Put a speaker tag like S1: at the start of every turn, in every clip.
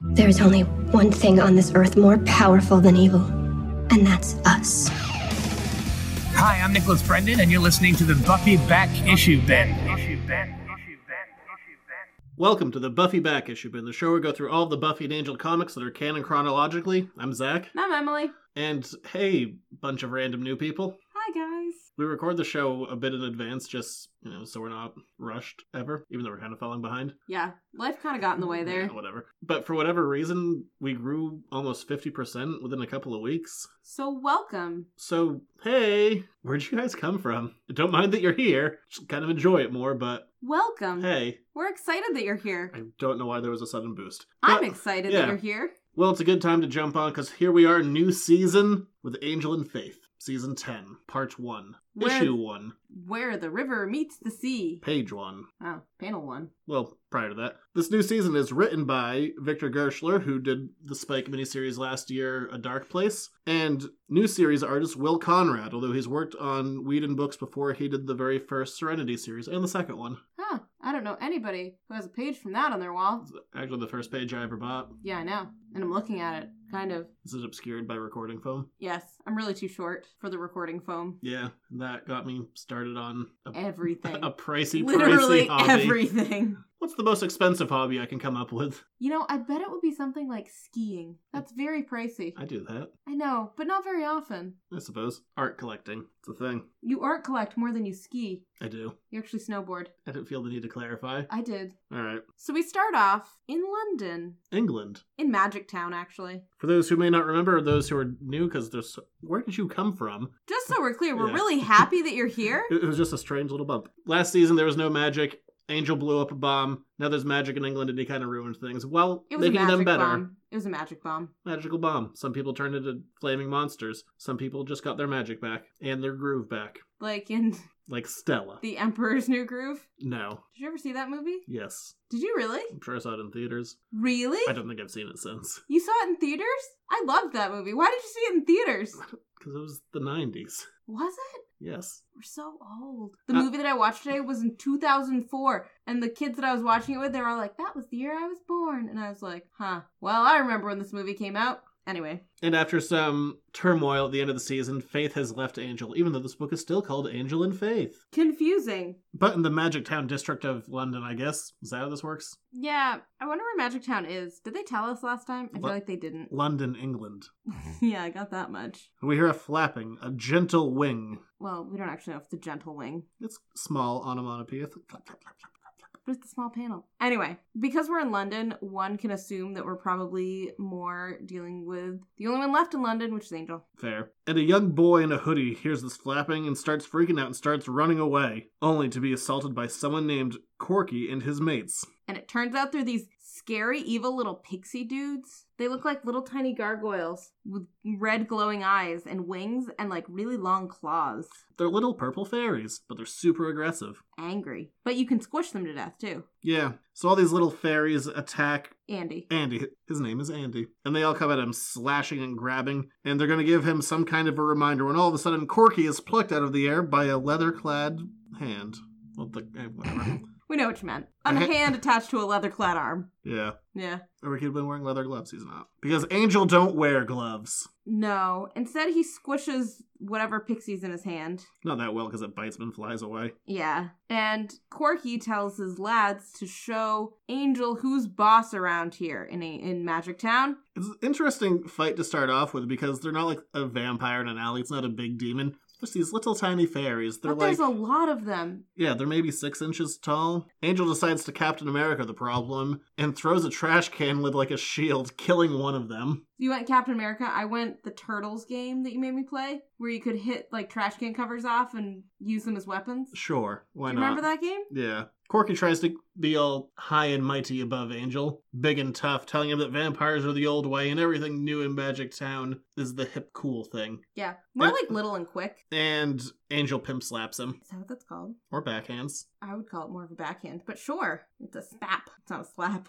S1: There is only one thing on this earth more powerful than evil, and that's us.
S2: Hi, I'm Nicholas Brendan, and you're listening to the Buffy Back Issue Ben.
S3: Welcome to the Buffy Back Issue Bin, the show where we go through all the Buffy and Angel comics that are canon chronologically. I'm Zach,
S4: I'm Emily.
S3: and hey, bunch of random new people.
S4: Hi, guys.
S3: We record the show a bit in advance, just you know, so we're not rushed ever, even though we're kind of falling behind.
S4: Yeah, life kind of got in the way there.
S3: Yeah, whatever. But for whatever reason, we grew almost fifty percent within a couple of weeks.
S4: So, welcome.
S3: So hey, where'd you guys come from? Don't mind that you're here. Just kind of enjoy it more, but
S4: Welcome.
S3: hey,
S4: We're excited that you're here.
S3: I don't know why there was a sudden boost.
S4: I'm
S3: But-
S4: excited
S3: yeah.
S4: that you're here.
S3: Well, it's a good time to jump on because here we are, new season with Angel and Faith, season 10, part 1,
S4: Where-
S3: issue 1,
S4: Where the river meets the sea.
S3: page 1.
S4: Oh, panel one.
S3: Well, prior to that, this new season is written by Victor Gershler, who did the Spike miniseries last year, A Dark Place, and new series artist Will Conrad, although he's worked on Whedon books before he did the very first Serenity series and the second one.
S4: Huh, I don't know anybody who has a page from that on their wall.
S3: Actually, the first page I ever bought.
S4: Yeah, I know. And I'm looking at it, kind of.
S3: This is obscured by recording foam.
S4: Yes, I'm really too short for the recording foam.
S3: Yeah, that got me started on a
S4: Everything.
S3: a pricey,
S4: Literally
S3: pricey hobby.
S4: everything.
S3: What's the most expensive hobby I can come up with?
S4: You know, I bet it would be something like skiing. That's very pricey.
S3: I do that,
S4: I know, but not very often.
S3: I suppose. Art collecting. It's a thing.
S4: You art collect more than you ski.
S3: I do.
S4: You actually snowboard.
S3: I didn't feel the need to clarify.
S4: I did.
S3: All right.
S4: So we start off in London,
S3: England.
S4: in Magic Town, actually.
S3: For those who may not remember, or those who are new, because there's. Where did you come from?
S4: Just so we're clear, we're
S3: Yeah.
S4: really happy that you're here.
S3: It, it was just a strange little bump. Last season, there was no magic. Angel blew up a bomb. Now there's magic in England, and he kind of ruined things. Well,
S4: It was a
S3: making
S4: magic
S3: them better.
S4: bomb. It was a magic bomb.
S3: Magical bomb. Some people turned into flaming monsters. Some people just got their magic back and their groove back.
S4: Like in
S3: Like Stella.
S4: The Emperor's New Groove.
S3: No.
S4: Did you ever see that movie?
S3: Yes.
S4: Did you really?
S3: I'm sure I saw it in theaters.
S4: Really?
S3: I don't think I've seen it since.
S4: You saw it in theaters? I loved that movie. Why did you see it in theaters?
S3: Because it was the 90s.
S4: Was it?
S3: Yes.
S4: We're so old. The
S3: Uh,
S4: movie that I watched today was in 2004, and the kids that I was watching it with, they were all like, that was the year I was born. And I was like, huh, well, I remember when this movie came out. Anyway,
S3: And after some turmoil at the end of the season, Faith has left Angel, even though this book is still called Angel and Faith.
S4: confusing.
S3: But in the Magic Town district of London, I guess. Is that how this works?
S4: Yeah, I wonder where Magic Town is. Did they tell us last time? I feel
S3: What?
S4: like they didn't.
S3: London, England.
S4: yeah, I got that much.
S3: We hear a flapping, a gentle wing.
S4: Well, we don't actually know if it's a gentle wing,
S3: It's small onomatopoeia.
S4: but it's a small panel. Anyway, because we're in London, one can assume that we're probably more dealing with the only one left in London, which is Angel.
S3: Fair. And a young boy in a hoodie hears this flapping and starts freaking out and starts running away, only to be assaulted by someone named Corky and his mates.
S4: And it turns out they're these scary, evil little pixie dudes. They look like little tiny gargoyles with red glowing eyes and wings and like really long claws.
S3: They're little purple fairies, but they're super aggressive.
S4: Angry. But you can squish them to death too.
S3: Yeah, so all these little fairies attack
S4: Andy.
S3: Andy. His name is Andy. And they all come at him slashing and grabbing, and they're going to give him some kind of a reminder when all of a sudden Corky is plucked out of the air by a leather clad hand. Well, the, eh, whatever.
S4: We know what you meant. A
S3: Uh-huh.
S4: hand attached to a leather clad arm.
S3: yeah.
S4: Yeah.
S3: Or he could have been wearing leather gloves. He's not. Because Angel don't wear gloves.
S4: No. Instead, he squishes whatever pixies in his hand.
S3: Not that well because it bites him and flies away.
S4: Yeah. And Corky tells his lads to show Angel who's boss around here in, a, in Magic Town.
S3: It's an interesting fight to start off with because they're not like a vampire in an alley. It's not a big demon. There's these little tiny fairies. They're
S4: but
S3: like,
S4: there's a lot of them.
S3: yeah, they're maybe six inches tall. Angel decides to Captain America the problem and throws a trash can with like a shield, killing one of them.
S4: You went Captain America. I went the Turtles game that you made me play, where you could hit like trash can covers off and use them as weapons.
S3: Sure, why
S4: Do you
S3: not?
S4: remember that game?
S3: Yeah. Corky tries to be all high and mighty above Angel, big and tough, telling him that vampires are the old way and everything new in Magic Town is the hip cool thing.
S4: Yeah, more
S3: Yeah.
S4: like little and quick.
S3: And Angel pimp slaps him,
S4: Is that what that's called?
S3: or backhands.
S4: I would call it more of a backhand, but sure, it's a spap. It's not a slap.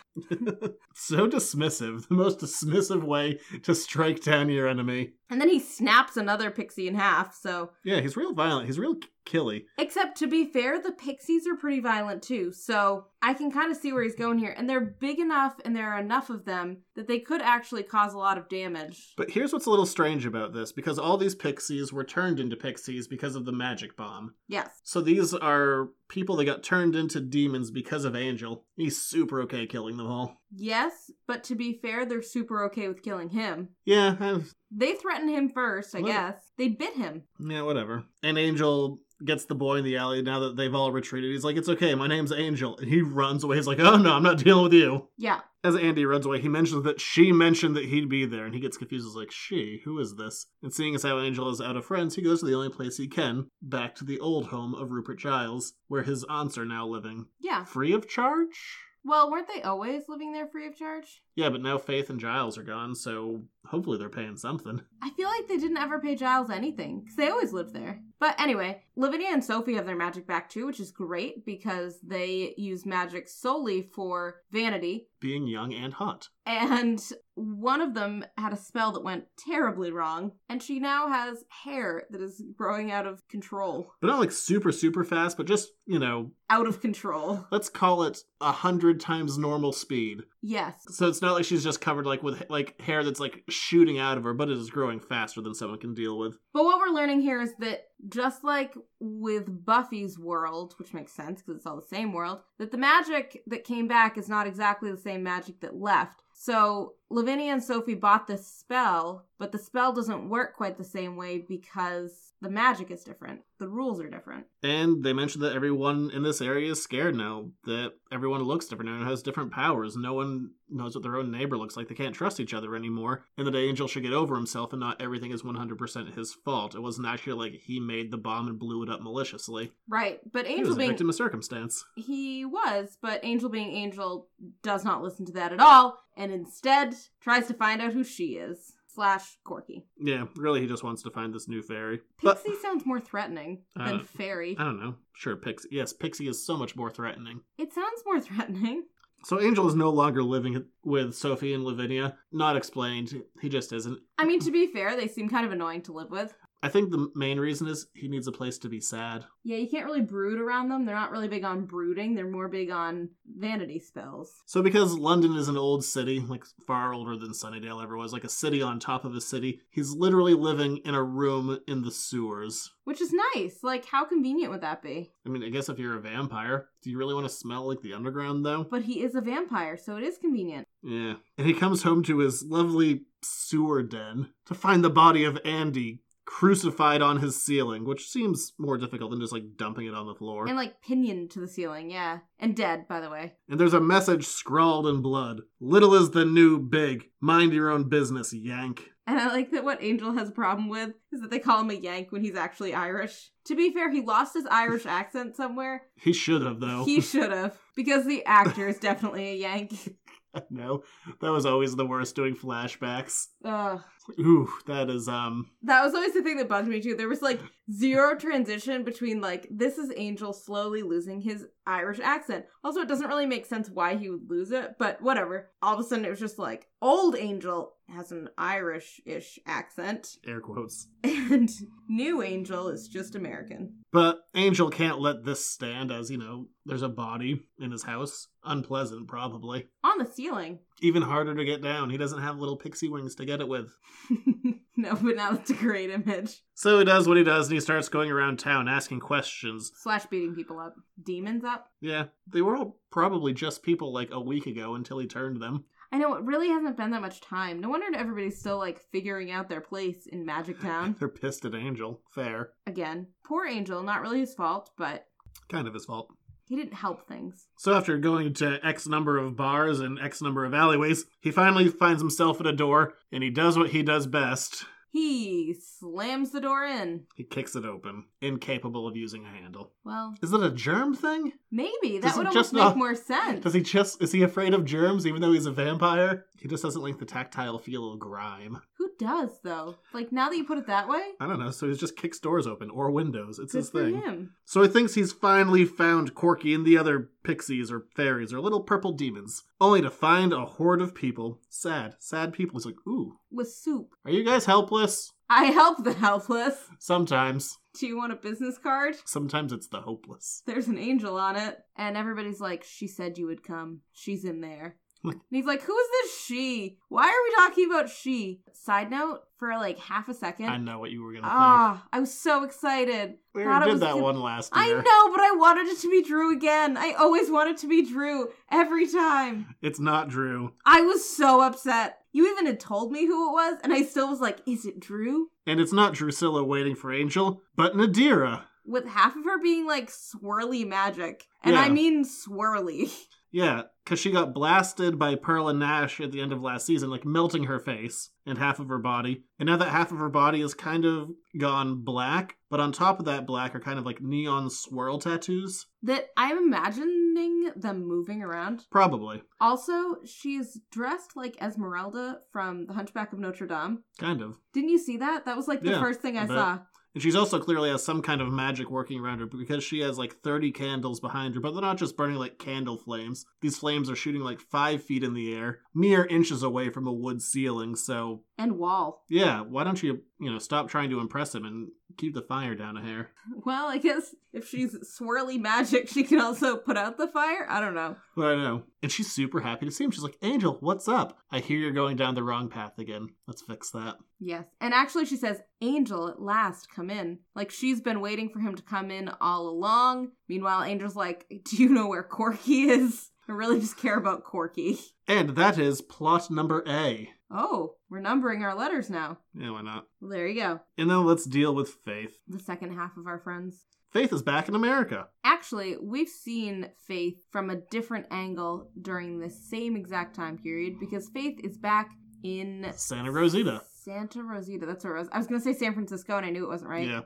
S3: so dismissive. The most dismissive way to strike down your enemy.
S4: And then he snaps another pixie in half. So,
S3: Yeah, he's real violent. He's real k- killy.
S4: except to be fair, the pixies are pretty violent too. So I can kind of see where he's going here. And they're big enough and there are enough of them that they could actually cause a lot of damage.
S3: But here's what's a little strange about this because all these pixies were turned into pixies because of the magic bomb.
S4: Yes.
S3: So these are people that got turned into demons because of Angel. He's super okay killing them all.
S4: Yes, but to be fair, they're super okay with killing him.
S3: Yeah, eh, i
S4: They threatened him first, I
S3: Well-
S4: guess. They bit him.
S3: yeah, whatever. And Angel gets the boy in the alley now that they've all retreated. He's like, "It's okay, my name's Angel." And he runs away. He's like, "Oh no, I'm not dealing with you."
S4: Yeah.
S3: As Andy runs away, he mentions that she mentioned that he'd be there, and he gets confused. He's like, she? Who is this? And seeing as how Angel is out of friends, he goes to the only place he can, back to the old home of Rupert Giles, where his aunts are now living.
S4: Yeah.
S3: Free of charge?
S4: Well, weren't they always living there free of charge?
S3: Yeah, but now Faith and Giles are gone, so hopefully they're paying something.
S4: I feel like they didn't ever pay Giles anything because they always lived there. But anyway, Lavinia and Sophie have their magic back too, which is great because they use magic solely for vanity.
S3: Being young and hot.
S4: And one of them had a spell that went terribly wrong, and she now has hair that is growing out of control.
S3: But not like super, super fast, but just, you know,
S4: Out of control.
S3: let's call it a hundred times normal speed.
S4: Yes.
S3: So it's not like she's just covered like with like hair that's like shooting out of her, but it is growing faster than someone can deal with.
S4: But what we're learning here is that just like with Buffy's world, which makes sense because it's all the same world, that the magic that came back is not exactly the same magic that left. So Lavinia and Sophie bought this spell, but the spell doesn't work quite the same way because the magic is different. The rules are different.
S3: And they mentioned that everyone in this area is scared now, that everyone looks different and has different powers. No one knows what their own neighbor looks like. They can't trust each other anymore. And that Angel should get over himself and not everything is 100% his fault. It wasn't actually like he made the bomb and blew it up maliciously.
S4: Right. But
S3: he
S4: Angel
S3: was a
S4: being
S3: victim of circumstance.
S4: he was, but Angel being Angel does not listen to that at all and instead tries to find out who she is. Slash Corky.
S3: Yeah, really, he just wants to find this new fairy. But
S4: Pixie sounds more threatening
S3: I
S4: than
S3: don't-
S4: fairy.
S3: I don't know. Sure, Pixie. Yes, Pixie is so much more threatening.
S4: It sounds more threatening.
S3: So Angel is no longer living with Sophie and Lavinia. Not explained. He just isn't.
S4: I mean, to be fair, they seem kind of annoying to live with.
S3: I think the main reason is he needs a place to be sad.
S4: Yeah, you can't really brood around them. They're not really big on brooding, they're more big on vanity spells.
S3: So because London is an old city, like far older than Sunnydale ever was, like a city on top of a city, he's literally living in a room in the sewers.
S4: Which is nice. Like, how convenient would that be?
S3: I mean, I guess if you're a vampire, do you really want to smell like the underground though?
S4: But he is a vampire, so it is convenient.
S3: Yeah. And he comes home to his lovely sewer den to find the body of Andy crucified on his ceiling, which seems more difficult than just like dumping it on the floor.
S4: And, like, pinioned to the ceiling, yeah. And dead, by the way.
S3: And there's a message scrawled in blood. Little is the new big. Mind your own business, yank.
S4: And I like that what Angel has a problem with is that they call him a Yank when he's actually Irish. To be fair, he lost his Irish accent somewhere.
S3: He should have, though.
S4: He should have, because the actor is definitely a Yank.
S3: no, that was always the worst doing flashbacks.
S4: Ugh.
S3: Ooh, that is, um.
S4: That was always the thing that bugged me too. There was like zero transition between like this is Angel slowly losing his Irish accent. Also, it doesn't really make sense why he would lose it, but whatever. All of a sudden, it was just like old Angel has an Irish-ish accent,
S3: Air quotes.
S4: and new Angel is just American.
S3: But Angel can't let this stand, as, you know, there's a body in his house. Unpleasant, probably.
S4: On the ceiling.
S3: Even harder to get down. He doesn't have little pixie wings to get it with.
S4: no, but now that's a great image.
S3: So he does what he does, and he starts going around town asking questions.
S4: Slash beating people up, demons up.
S3: Yeah, they were all probably just people like a week ago until he turned them.
S4: I know it really hasn't been that much time. No wonder everybody's still like figuring out their place in Magic Town.
S3: They're pissed at Angel. Fair.
S4: again. Poor Angel, not really his fault, but
S3: Kind of his fault.
S4: he didn't help things.
S3: So after going to X number of bars and X number of alleyways, he finally finds himself at a door and he does what he does best.
S4: He slams the door in.
S3: He kicks it open, incapable of using a handle.
S4: Well,
S3: Is that a germ thing?
S4: maybe that
S3: Does
S4: would
S3: it
S4: almost
S3: just
S4: make
S3: not-
S4: more sense.
S3: Does he just is he afraid of germs even though he's a vampire? He just doesn't like the tactile feel of grime.
S4: Who does though? Like now that you put it that way,
S3: I don't know, so he just kicks doors open or windows. It's
S4: good
S3: his
S4: for
S3: thing.
S4: him.
S3: So he thinks he's finally found Corky and the other pixies or fairies or little purple demons, only to find a horde of people. Sad, sad people. He's like, ooh,
S4: With soup,
S3: are you guys helpless?
S4: I help the helpless.
S3: Sometimes.
S4: Do you want a business card?
S3: Sometimes it's the hopeless.
S4: There's an angel on it. And everybody's like, She said you would come. She's in there. and he's like, Who is this she? Why are we talking about she? Side note, for like half a second.
S3: I know what you were gonna think.
S4: Ah, I was so excited.
S3: We
S4: thought it
S3: already did
S4: was
S3: that
S4: gonna-
S3: one last
S4: I
S3: year.
S4: know, but I wanted it to be Drew again. I always want it to be Drew every time.
S3: It's not Drew.
S4: I was so upset. You even had told me who it was, and I still was like, Is it Drew?
S3: And it's not Drusilla waiting for Angel, but Nadira.
S4: With half of her being like swirly magic. And I
S3: Yeah.
S4: mean swirly.
S3: Yeah, because she got blasted by Pearl and Nash at the end of last season, like melting her face and half of her body. And now that half of her body is kind of gone black, but on top of that black are kind of like neon swirl tattoos.
S4: That I'm imagining them moving around.
S3: Probably.
S4: Also, she's dressed like Esmeralda from The Hunchback of Notre Dame.
S3: Kind of.
S4: Didn't you see that? That was like the
S3: Yeah,
S4: first thing I,
S3: I bet.
S4: saw.
S3: And she's also clearly has some kind of magic working around her because she has like 30 candles behind her, but they're not just burning like candle flames. These flames are shooting like five feet in the air, mere inches away from a wood ceiling. So,
S4: And Wall.
S3: yeah, why don't you, you know, stop trying to impress him and keep the fire down a hair?
S4: Well, I guess if she's swirly magic, she can also put out the fire. I don't know.
S3: But I know. And she's super happy to see him. She's like, Angel, what's up? I hear you're going down the wrong path again. Let's fix that.
S4: Yes. And actually, she says, Angel, at last, come in. Like, she's been waiting for him to come in all along. Meanwhile, Angel's like, Do you know where Corky is? I really just care about Corky.
S3: And that is plot number A.
S4: Oh, we're numbering our letters now.
S3: Yeah, why not?
S4: Well, there you go.
S3: And then let's deal with Faith.
S4: The second half of our friends.
S3: Faith is back in America.
S4: Actually, we've seen Faith from a different angle during the same exact time period because Faith is back in
S3: Santa Rosita.
S4: Santa Rosita. That's where it was. I was going to say San Francisco, and I knew it wasn't right.
S3: Yeah.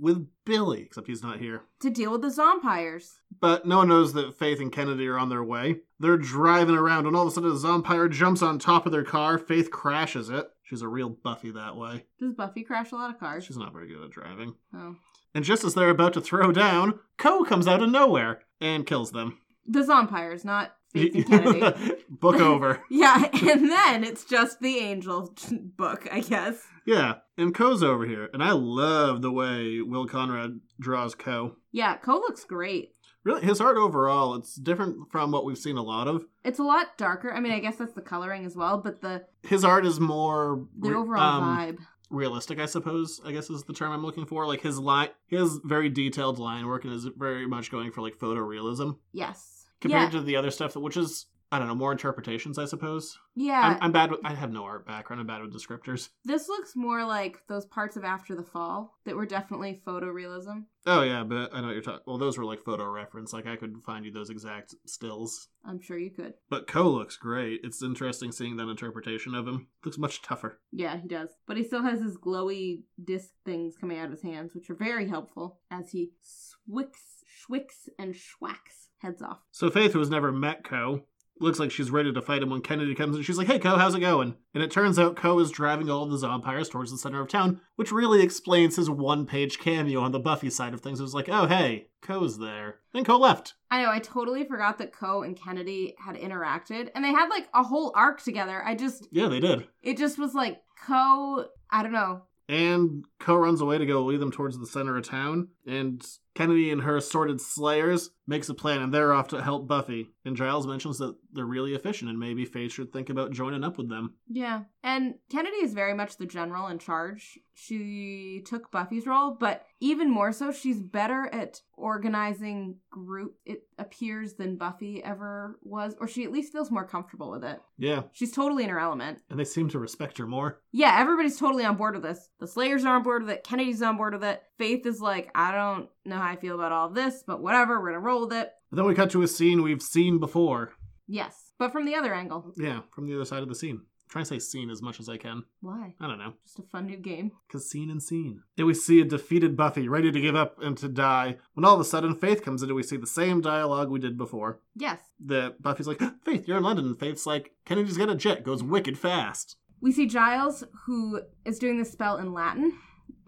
S3: With Billy, except he's not here.
S4: To deal with the zompires.
S3: But no one knows that Faith and Kennedy are on their way. They're driving around, and all of a sudden, a zombie jumps on top of their car. Faith crashes it. She's a real Buffy that way.
S4: Does Buffy crash a lot of cars?
S3: She's not very good at driving.
S4: Oh.
S3: And just as they're about to throw down, Co comes out of nowhere and kills them.
S4: The zompires, not Faith and Kennedy.
S3: Book over.
S4: yeah, and then it's just the angel book, I guess.
S3: Yeah, and Co's over here, and I love the way Will Conrad draws Co.
S4: Yeah, Co looks great.
S3: Really, his art overall, it's different from what we've seen a lot of.
S4: It's a lot darker. I mean, I guess that's the coloring as well, but the
S3: His art is more
S4: the
S3: re-
S4: overall
S3: um,
S4: vibe.
S3: realistic, I suppose. I guess is the term I'm looking for. Like his line, his very detailed line work, and is very much going for like photorealism
S4: Yes.
S3: compared
S4: yeah.
S3: to the other stuff, that which is I don't know more interpretations, I suppose.
S4: yeah.
S3: I'm, I'm bad. With, I have no art background. I'm bad with descriptors.
S4: this looks more like those parts of After the Fall that were definitely photorealism.
S3: Oh yeah, but I know what you're talking. Well, those were like photo reference. Like I could find you those exact stills.
S4: I'm sure you could.
S3: But Co looks great. It's interesting seeing that interpretation of him. Looks much tougher.
S4: Yeah, he does. But he still has his glowy disc things coming out of his hands, which are very helpful as he swicks, schwicks, and schwacks heads off.
S3: So Faith, who has never met Co, looks like she's ready to fight him when Kennedy comes in. She's like, "Hey Co, how's it going?" And it turns out Co is driving all of the vampires towards the center of town, which really explains his one-page cameo on the Buffy side of things. It was like, "Oh hey, Co's there." Then Co left.
S4: I know, I totally forgot that Co and Kennedy had interacted, and they had like a whole arc together. I just,
S3: Yeah, they did.
S4: it just was like Co, I don't know.
S3: And Co runs away to go lead them towards the center of town. And Kennedy and her assorted slayers makes a plan, and they're off to help Buffy. And Giles mentions that they're really efficient, and maybe Faith should think about joining up with them.
S4: Yeah. And Kennedy is very much the general in charge. She took Buffy's role, but even more so, she's better at organizing group, it appears, than Buffy ever was, or she at least feels more comfortable with it.
S3: Yeah,
S4: She's totally in her element.
S3: and they seem to respect her more.
S4: Yeah, everybody's totally on board with this. The Slayers are on board with it. Kennedy's on board with it. Faith is like, I don't know how I feel about all of this, but whatever, we're gonna roll with it.
S3: But then we cut to a scene we've seen before.
S4: Yes, but from the other angle.
S3: Yeah, from the other side of the scene. Try and say scene as much as I can.
S4: Why?
S3: I don't know.
S4: Just a fun new game.
S3: Because scene and scene. And we see a defeated Buffy ready to give up and to die. When all of a sudden, Faith comes in and we see the same dialogue we did before.
S4: Yes.
S3: that Buffy's like, Faith, you're in London. And Faith's like, Kennedy's got a jet, goes wicked fast.
S4: we see Giles who is doing this spell in Latin.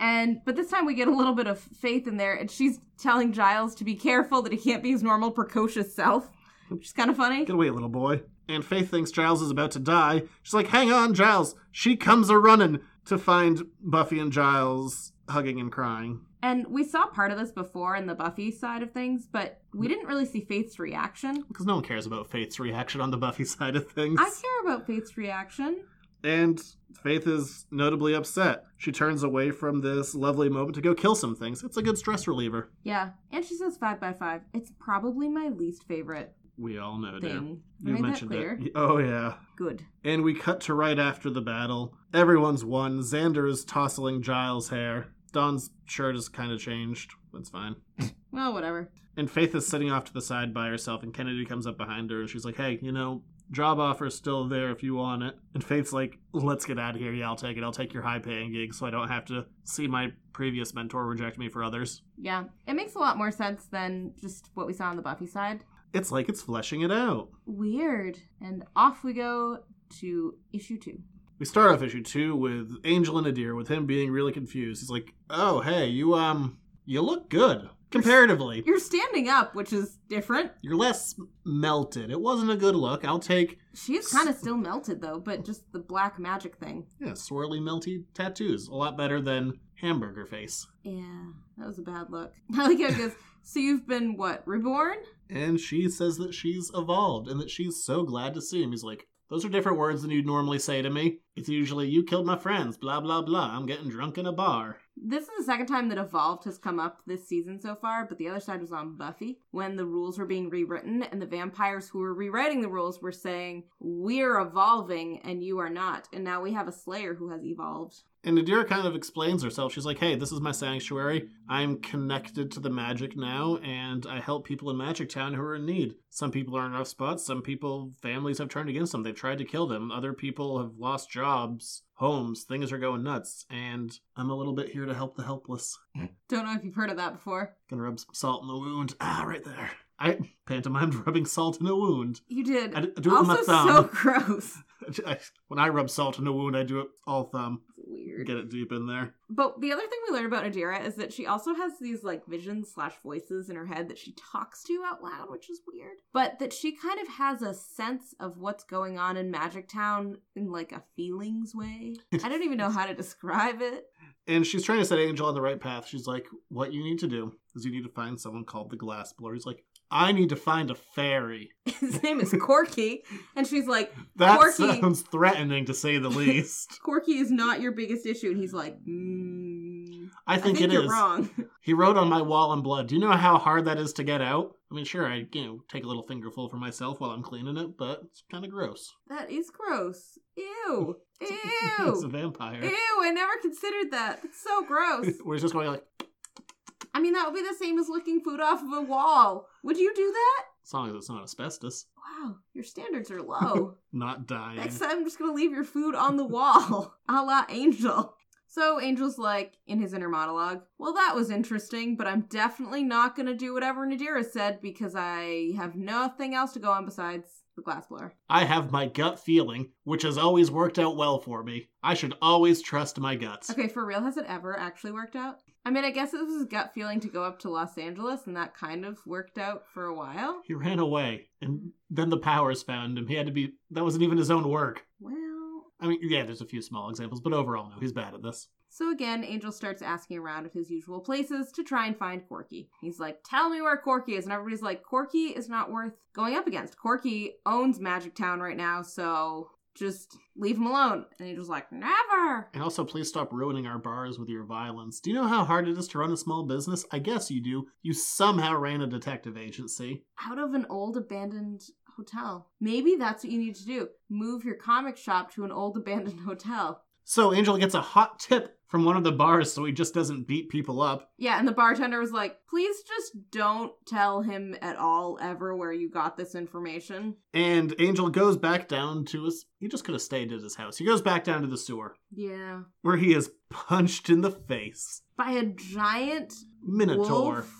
S4: And but this time we get a little bit of faith in there, and she's telling Giles to be careful that he can't be his normal precocious self, which is kind of funny.
S3: Get away, little boy. And Faith thinks Giles is about to die. She's like, Hang on, Giles. She comes a running. to find Buffy and Giles hugging and crying.
S4: And we saw part of this before in the Buffy side of things, but we didn't really see Faith's reaction.
S3: Because no one cares about Faith's reaction on the Buffy side of things.
S4: I care about Faith's reaction.
S3: And Faith is notably upset. She turns away from this lovely moment to go kill some things. It's a good stress reliever.
S4: Yeah. And she says five by five. It's probably my least favorite
S3: We all know that.
S4: thing. I
S3: You
S4: made
S3: mentioned
S4: that clear.
S3: it. Oh, yeah.
S4: Good.
S3: And we cut to right after the battle. Everyone's won. Xander is tousling Giles' hair. Don's shirt is kind of changed. That's fine.
S4: Well, whatever.
S3: And Faith is sitting off to the side by herself, and Kennedy comes up behind her, and she's like, hey, you know, job offer's still there if you want it. And Faith's like, let's get out of here. Yeah, I'll take it. I'll take your high paying gig so I don't have to see my previous mentor reject me for others.
S4: Yeah. It makes a lot more sense than just what we saw on the Buffy side.
S3: It's like it's fleshing it out.
S4: Weird. And off we go to issue two.
S3: We start off issue two with Angel and Adir, with him being really confused. He's like, oh, hey, you, um, you look good. Comparatively,
S4: You're standing up, which is different.
S3: you're less melted. It wasn't a good look. I'll take,
S4: She's kind of still melted though, but just the black magic thing.
S3: yeah, swirly, melty tattoos. A lot better than hamburger face.
S4: Yeah, that was a bad look. I like how it goes. So you've been what reborn?
S3: And she says that she's evolved and that she's so glad to see him. He's like, those are different words than you'd normally say to me. It's usually, you killed my friends, blah, blah, blah. I'm getting drunk in a bar.
S4: This is the second time that evolved has come up this season so far, but the other side was on Buffy when the rules were being rewritten and the vampires who were rewriting the rules were saying we're evolving and you are not. And now we have a Slayer who has evolved.
S3: And Nadira kind of explains herself. She's like, hey, this is my sanctuary. I'm connected to the magic now, and I help people in Magic Town who are in need. Some people are in rough spots. Some people, families have turned against them. They've tried to kill them. Other people have lost jobs, homes. Things are going nuts. And I'm a little bit here to help the helpless.
S4: Don't know if you've heard of that before.
S3: Gonna rub some salt in the wound. Ah, right there. I pantomimed rubbing salt in a wound.
S4: You did.
S3: I d- I do it with
S4: also,
S3: my thumb.
S4: so gross.
S3: I- when I rub salt in a wound, I do it all thumb.
S4: Weird.
S3: Get it deep in there.
S4: But the other thing we learned about Nadira is that she also has these like visions slash voices in her head that she talks to out loud, which is weird. But that she kind of has a sense of what's going on in Magic Town in like a feelings way. I don't even know how to describe it.
S3: And she's trying to set Angel on the right path. She's like, What you need to do is you need to find someone called the Glass Blower. He's like, I need to find a fairy.
S4: His name is Corky, and she's like,
S3: That
S4: Corky.
S3: sounds threatening to say the least.
S4: Corky is not your biggest issue, and he's like, mm,
S3: I
S4: I think,
S3: think, it
S4: you're
S3: is.
S4: wrong.
S3: He wrote on my wall in blood. Do you know how hard that is to get out? I mean, sure, I you know take a little fingerful for myself while I'm cleaning it, but it's kind of gross.
S4: That is gross. Ew.
S3: it's a
S4: Ew.
S3: vampire.
S4: Ew, I never considered that. That's so gross.
S3: We're just going like
S4: I mean, that would be the same as licking food off of a wall. Would you do that?
S3: as long as it's not asbestos,
S4: Wow, your standards are low.
S3: not dying.
S4: Next time, I'm just gonna leave your food on the wall, a la Angel. So Angel's like in his inner monologue, "Well, that was interesting, but I'm definitely not gonna do whatever Nadira said because I have nothing else to go on besides the glassblower."
S3: I have my gut feeling, which has always worked out well for me. I should always trust my guts.
S4: Okay, for real, has it ever actually worked out? I mean, I guess it was his gut feeling to go up to Los Angeles, and that kind of worked out for a while.
S3: He ran away, and then the powers found him. He had to be. That wasn't even his own work.
S4: Well,
S3: I mean, yeah, there's a few small examples, but overall, no, he's bad at this.
S4: So again, Angel starts asking around of his usual places to try and find Corky. He's like, Tell me where Corky is. And everybody's like, Corky is not worth going up against. Corky owns Magic Town right now, so just leave him alone. And Angel's like, Never.
S3: And also, please stop ruining our bars with your violence. Do you know how hard it is to run a small business? I guess you do. You somehow ran a detective agency.
S4: Out of an old abandoned hotel. Maybe that's what you need to do. Move your comic shop to an old abandoned hotel.
S3: So, Angel gets a hot tip from one of the bars so he just doesn't beat people up.
S4: Yeah, and the bartender was like, Please just don't tell him at all ever where you got this information.
S3: And Angel goes back down to his. He just could have stayed at his house. He goes back down to the sewer,
S4: Yeah.
S3: where he is punched in the face.
S4: By a giant
S3: Minotaur.
S4: wolf,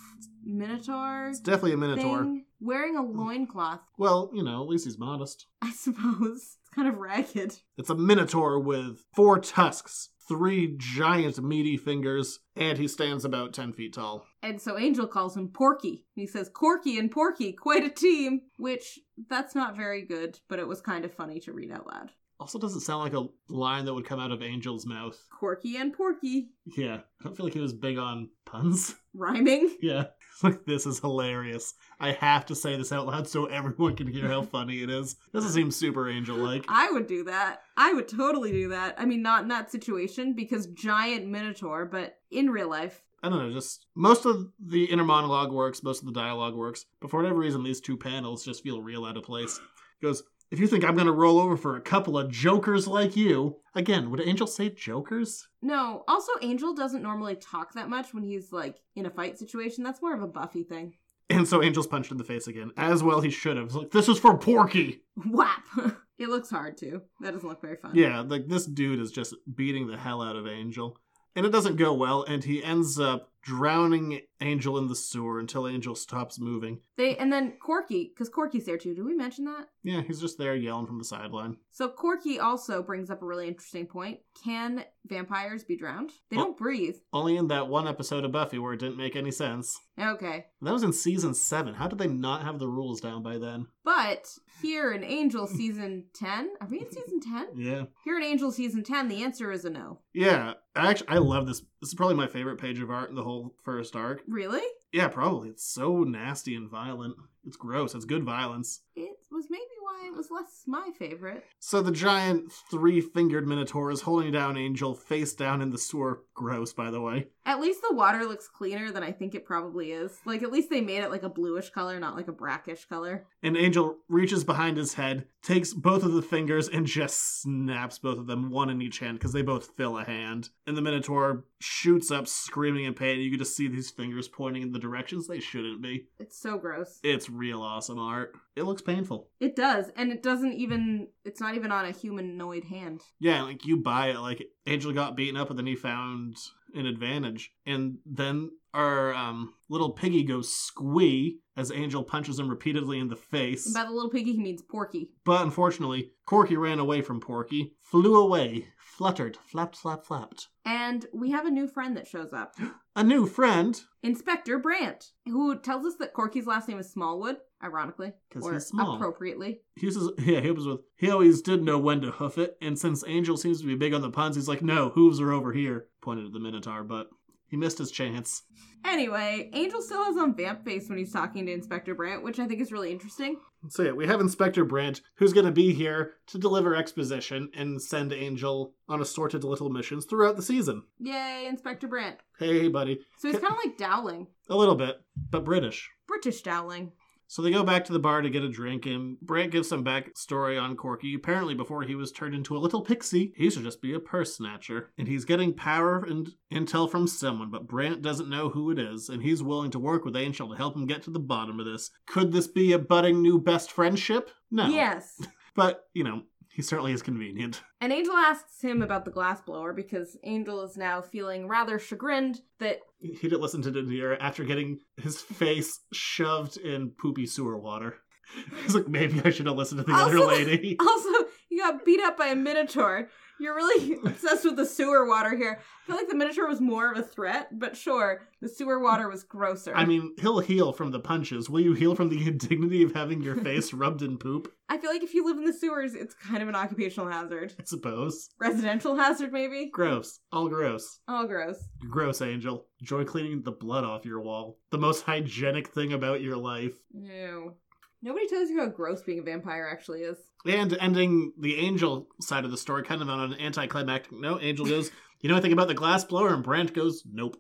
S4: minotaur
S3: It's definitely a minotaur.
S4: thing wearing a loincloth
S3: Well, you know, at least he's modest.
S4: i suppose it's kind of ragged
S3: It's a minotaur with four tusks, three giant meaty fingers, and he stands about 10 feet tall.
S4: and so angel calls him porky and he says corky and porky quite a team which that's not very good but it was kind of funny to read out loud
S3: Also, doesn't sound like a line that would come out of Angel's mouth.
S4: Corky and Porky
S3: Yeah, I don't feel like he was big on puns.
S4: rhyming.
S3: Yeah, like this is hilarious. I have to say this out loud so everyone can hear how funny it is. Doesn't seem super angel like.
S4: I would do that. I would totally do that. I mean, not in that situation because giant minotaur, but in real life.
S3: I don't know, just most of the inner monologue works, most of the dialogue works, but for whatever reason, these two panels just feel real out of place. He goes, If you think I'm going to roll over for a couple of jokers like you, again, would Angel say jokers?
S4: No, also Angel doesn't normally talk that much when he's like in a fight situation. That's more of a Buffy thing.
S3: And so Angel's punched in the face again, as well he should have. It's like, This is for Porky!
S4: Whap! it looks hard too. That doesn't look very fun.
S3: Yeah, like this dude is just beating the hell out of Angel. And it doesn't go well, and he ends up drowning Angel in the sewer until Angel stops moving.
S4: They and then Corky, because Corky's there too. Did we mention that?
S3: Yeah, he's just there yelling from the sideline.
S4: So Corky also brings up a really interesting point. Can vampires be drowned? They
S3: Oh.
S4: don't breathe.
S3: Only in that one episode of Buffy where it didn't make any sense.
S4: Okay.
S3: That was in season seven. How did they not have the rules down by then?
S4: But here in Angel season 10, are we in season 10?
S3: Yeah.
S4: Here in Angel season 10, the answer is a no.
S3: Yeah. I actually I love this. This is probably my favorite page of art in the whole first arc.
S4: Really?
S3: Yeah, probably. It's so nasty and violent. It's gross. It's good violence.
S4: It was maybe why it was less my favorite.
S3: So the giant three fingered minotaur is holding down Angel face down in the sewer. Gross, by the way.
S4: At least the water looks cleaner than I think it probably is. Like, at least they made it like a bluish color, not like a brackish color.
S3: And Angel reaches behind his head, takes both of the fingers, and just snaps both of them, one in each hand, because they both fill a hand. And the Minotaur shoots up, screaming in pain. You can just see these fingers pointing in the directions they shouldn't be.
S4: It's so gross.
S3: It's real awesome art. It looks painful.
S4: It does, and it doesn't even, it's not even on a humanoid hand.
S3: Yeah, like you buy it. Like Angel got beaten up, and then he found an advantage. And then our um, little piggy goes squee as Angel punches him repeatedly in the face.
S4: And by the little piggy, he means Porky.
S3: But unfortunately, Corky ran away from Porky, flew away, fluttered, flapped, flap, flapped.
S4: And we have a new friend that shows up
S3: A new friend,
S4: Inspector Brandt, who tells us that Corky's last name is Smallwood, ironically.
S3: 'Cause
S4: or
S3: he's small.
S4: Appropriately.
S3: he uses, yeah, he opens with, he always did know when to hoof it, and since Angel seems to be big on the puns, he's like, no, hooves are over here, pointed at the Minotaur, but he missed his chance.
S4: Anyway, Angel still has on vamp face when he's talking to Inspector Brandt, which I think is really interesting.
S3: So yeah, we have Inspector Brandt, who's going to be here to deliver exposition and send Angel on assorted little missions throughout the season.
S4: Yay, Inspector Brandt.
S3: Hey, buddy.
S4: So he's kind of like Dowling,
S3: A little bit, but British.
S4: British Dowling.
S3: So they go back to the bar to get a drink, and Brant gives some backstory on Corky. Apparently, before he was turned into a little pixie, he used to just be a purse snatcher. And he's getting power and intel from someone, but Brant doesn't know who it is, and he's willing to work with Angel to help him get to the bottom of this. Could this be a budding new best friendship? No.
S4: Yes.
S3: But, you know, he certainly is convenient.
S4: And Angel asks him about the glassblower because Angel is now feeling rather chagrined that
S3: He didn't listen to Denier after getting his face shoved in poopy sewer water. He's like, maybe I should have listened to the other
S4: Also-
S3: lady.
S4: Also, you got beat up by a minotaur. You're really obsessed with the sewer water here. I feel like the minotaur was more of a threat, but sure, the sewer water was grosser.
S3: I mean, he'll heal from the punches. Will you heal from the indignity of having your face rubbed in poop?
S4: I feel like if you live in the sewers, it's kind of an occupational hazard.
S3: I suppose.
S4: Residential hazard, maybe?
S3: Gross. All gross.
S4: All gross.
S3: You're gross, Angel. Enjoy cleaning the blood off your wall. The most hygienic thing about your life.
S4: Ew. Nobody tells you how gross being a vampire actually is.
S3: And ending the Angel side of the story kind of on an anticlimactic note, Angel goes, You know anything about the glass blower? And Brandt goes, Nope.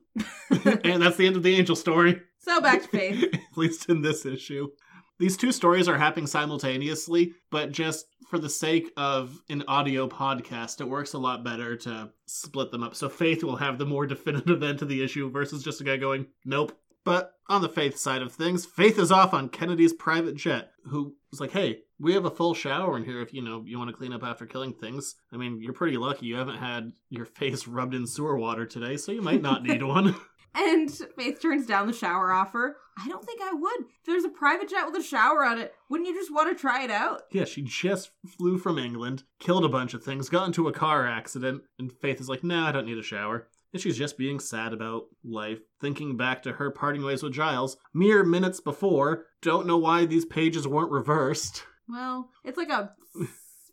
S3: and that's the end of the Angel story.
S4: So back to Faith.
S3: At least in this issue. These two stories are happening simultaneously, but just for the sake of an audio podcast, it works a lot better to split them up. So Faith will have the more definitive end to the issue versus just a guy going, nope. But on the Faith side of things, Faith is off on Kennedy's private jet, who was like, hey, we have a full shower in here if you know you want to clean up after killing things. I mean, you're pretty lucky you haven't had your face rubbed in sewer water today, so you might not need one.
S4: And Faith turns down the shower offer. I don't think I would. If there's a private jet with a shower on it, wouldn't you just want to try it out?
S3: Yeah, she just flew from England, killed a bunch of things, got into a car accident, and Faith is like, nah, I don't need a shower. And she's just being sad about life, thinking back to her parting ways with Giles mere minutes before. Don't know why these pages weren't reversed.
S4: Well, it's like a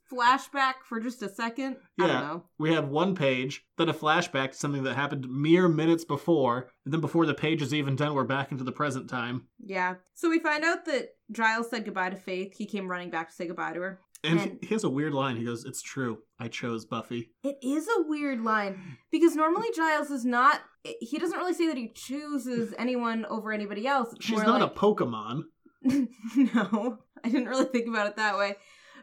S4: flashback for just a second? I
S3: Yeah.
S4: don't know.
S3: We have one page, then a flashback to something that happened mere minutes before, and then before the page is even done, we're back into the present time.
S4: Yeah. So we find out that Giles said goodbye to Faith. He came running back to say goodbye to her.
S3: And,
S4: And-
S3: he has a weird line. He goes, "It's true. I chose Buffy."
S4: It is a weird line because normally Giles is not. He doesn't really say that he chooses anyone over anybody else. It's
S3: She's
S4: more
S3: not
S4: like,
S3: a Pokemon.
S4: no, I didn't really think about it that way.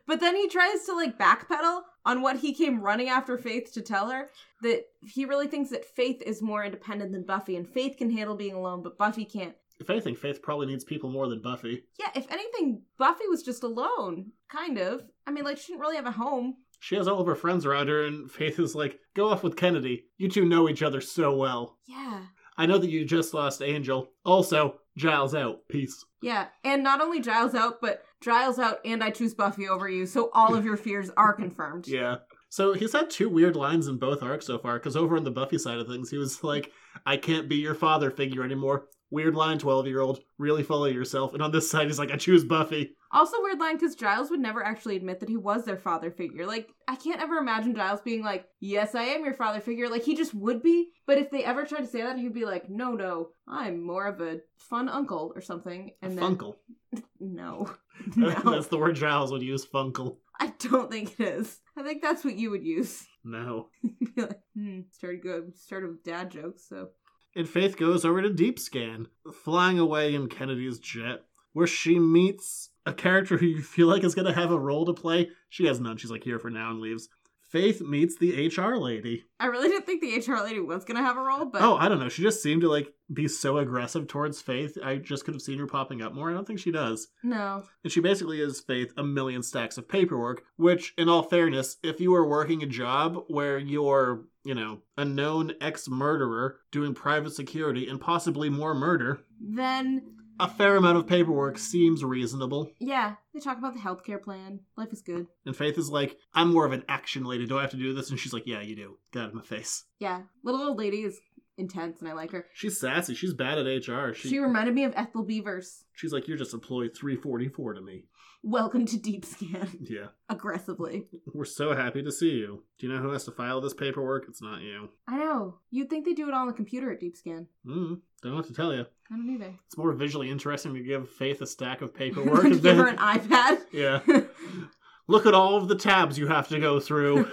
S4: But then he tries to like backpedal on what he came running after Faith to tell her that he really thinks that Faith is more independent than Buffy and Faith can handle being alone, but Buffy can't.
S3: If anything, Faith probably needs people more than Buffy.
S4: Yeah, if anything, Buffy was just alone, kind of. I mean, like, she didn't really have a home.
S3: She has all of her friends around her, and Faith is like, "Go off with Kennedy. You two know each other so well.
S4: Yeah.
S3: I know that you just lost Angel. Also, Giles out. Peace."
S4: Yeah. And not only Giles out, but Giles out and I choose Buffy over you, so all of your fears are confirmed.
S3: Yeah. So he's had two weird lines in both arcs so far, because over on the Buffy side of things, he was like, I can't be your father figure anymore. Weird line, 12 year old, really follow yourself. And on this side, he's like, I choose Buffy.
S4: Also weird line because Giles would never actually admit that he was their father figure. Like I can't ever imagine Giles being like, "Yes, I am your father figure." Like he just would be. But if they ever tried to say that, he'd be like, "No, no, I'm more of a fun uncle or something." And then
S3: Funkle.
S4: no, no,
S3: that's the word Giles would use, Funkle.
S4: I don't think it is. I think that's what you would use.
S3: No.
S4: Be like, hmm, started good. Started with dad jokes, so
S3: And Faith goes over to Deep Scan, flying away in Kennedy's jet, where she meets a character who you feel like is going to have a role to play. She has none. She's like, here for now and leaves. Faith meets the HR lady.
S4: I really didn't think the HR lady was gonna have a role, but
S3: oh, I don't know. She just seemed to like be so aggressive towards Faith. I just could have seen her popping up more. I don't think she does.
S4: no,
S3: And she basically is Faith a million stacks of paperwork, which, in all fairness, if you were working a job where you're, you know, a known ex murderer doing private security and possibly more murder,
S4: then
S3: a fair amount of paperwork seems reasonable.
S4: yeah, they talk about the healthcare plan. Life is good.
S3: And Faith is like, I'm more of an action lady. Do I have to do this? And she's like, Yeah, you do. Get out of my face.
S4: Yeah, little old lady is intense, and I like her.
S3: She's sassy. She's bad at HR.
S4: She,
S3: She,
S4: reminded me of Ethel Beavers.
S3: she's like, You're just employee 344 to me.
S4: Welcome to Deep Scan.
S3: Yeah.
S4: Aggressively.
S3: We're so happy to see you. Do you know who has to file this paperwork? It's not you.
S4: I know. You'd think they do it all on the computer at Deep Scan.
S3: Mm, don't have to tell you.
S4: I don't either.
S3: It's more visually interesting to give Faith a stack of paperwork.
S4: Give her
S3: than,
S4: an iPad.
S3: yeah. Look at all of the tabs you have to go through.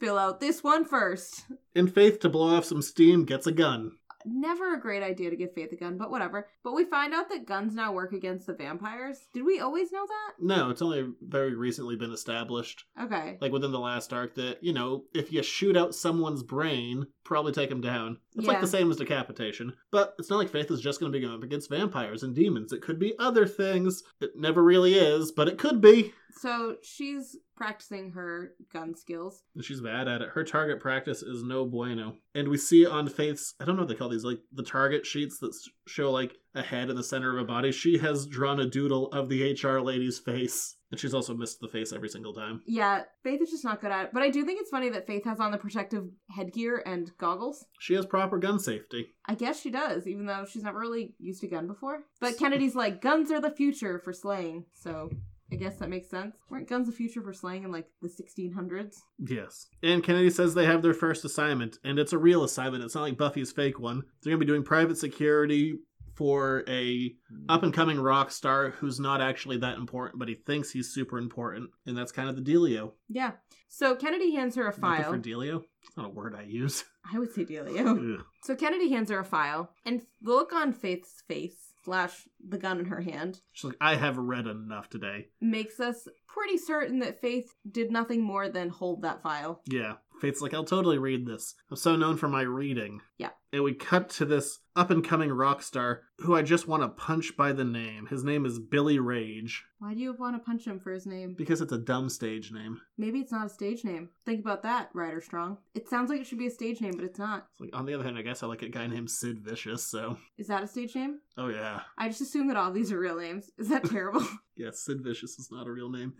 S4: Fill out this one first.
S3: and Faith, to blow off some steam, gets a gun.
S4: Never a great idea to give Faith a gun, but whatever. But we find out that guns now work against the vampires. Did we always know that?
S3: No, it's only very recently been established,
S4: Okay.
S3: like within the last arc, that, you know, if you shoot out someone's brain, probably take them down. It's like
S4: Yeah.
S3: the same as decapitation. But it's not like Faith is just going to be going up against vampires and demons. It could be other things. It never really is, but it could be.
S4: So she's practicing her gun skills.
S3: And She's bad at it. Her target practice is no bueno. And we see on Faith's, I don't know what they call these, like the target sheets that s- show like a head in the center of a body. She has drawn a doodle of the HR lady's face. And she's also missed the face every single time.
S4: Yeah, Faith is just not good at it. But I do think it's funny that Faith has on the protective headgear and goggles.
S3: She has proper gun safety.
S4: I guess she does, even though she's never really used a gun before. But Kennedy's like, guns are the future for slaying. So I guess that makes sense. Weren't guns the future for slaying in like the 1600s?
S3: Yes. And Kennedy says they have their first assignment, and it's a real assignment. It's not like Buffy's fake one. They're going to be doing private security for a up and coming rock star who's not actually that important, but he thinks he's super important. And that's kind of the dealio.
S4: Yeah. So Kennedy hands her a
S3: Looking
S4: file.
S3: for dealio? It's not a word I use.
S4: I would say Dealio.
S3: Ugh.
S4: So Kennedy hands her a file, and the look on Faith's face, slash the gun in her hand,
S3: She's like, I have read enough today.
S4: makes us pretty certain that Faith did nothing more than hold that file.
S3: Yeah. Faith's like, I'll totally read this. I'm so known for my reading.
S4: Yeah.
S3: And we cut to this up and coming rock star who I just want to punch by the name. His name is Billy Rage
S4: Why do you want to punch him for his name?
S3: because it's a dumb stage name.
S4: Maybe it's not a stage name. Think about that, Ryder Strong. It sounds like it should be a stage name, but it's not.
S3: It's like, on the other hand, I guess I like a guy named Sid Vicious, so.
S4: Is that a stage name?
S3: Oh, yeah.
S4: I just assume that all these are real names. Is that terrible?
S3: Yeah, Sid Vicious is not a real name.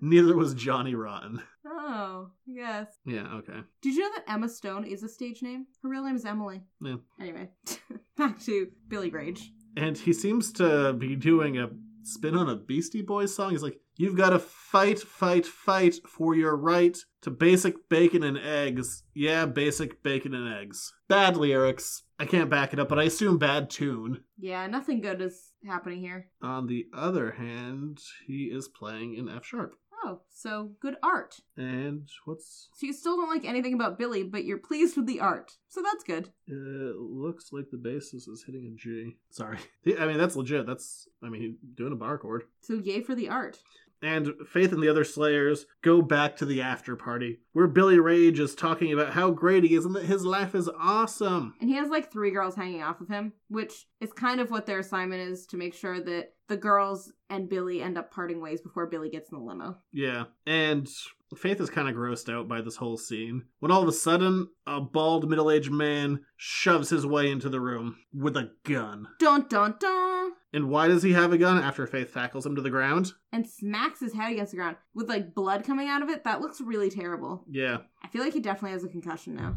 S3: Neither was Johnny Rotten.
S4: oh, yes.
S3: Yeah, okay.
S4: Did you know that Emma Stone is a stage name? Her real name is Emily.
S3: Yeah.
S4: Anyway, back to Billy Rage.
S3: And he seems to be doing a spin on a Beastie Boys song. He's like, You've got to fight, fight, fight for your right to basic bacon and eggs. Yeah, basic bacon and eggs. Bad lyrics. I can't back it up, but I assume bad tune.
S4: Yeah, nothing good is happening here.
S3: On the other hand, he is playing in F sharp.
S4: Oh, so good art.
S3: And what's
S4: So you still don't like anything about Billy, but you're pleased with the art. So that's good.
S3: It looks like the bassist is hitting a G. Sorry. He- I mean, that's legit. That's, I mean, doing a bar chord.
S4: So yay for the art.
S3: And Faith and the other Slayers go back to the after party, where Billy Rage is talking about how great he is and that his life is awesome.
S4: And he has like three girls hanging off of him, which is kind of what their assignment is to make sure that the girls and Billy end up parting ways before Billy gets in the limo.
S3: Yeah. And Faith is kind of grossed out by this whole scene when all of a sudden a bald middle aged man shoves his way into the room with a gun.
S4: Dun dun dun!
S3: And why does he have a gun after Faith tackles him to the ground?
S4: And smacks his head against the ground with like blood coming out of it. That looks really terrible.
S3: Yeah.
S4: I feel like he definitely has a concussion now.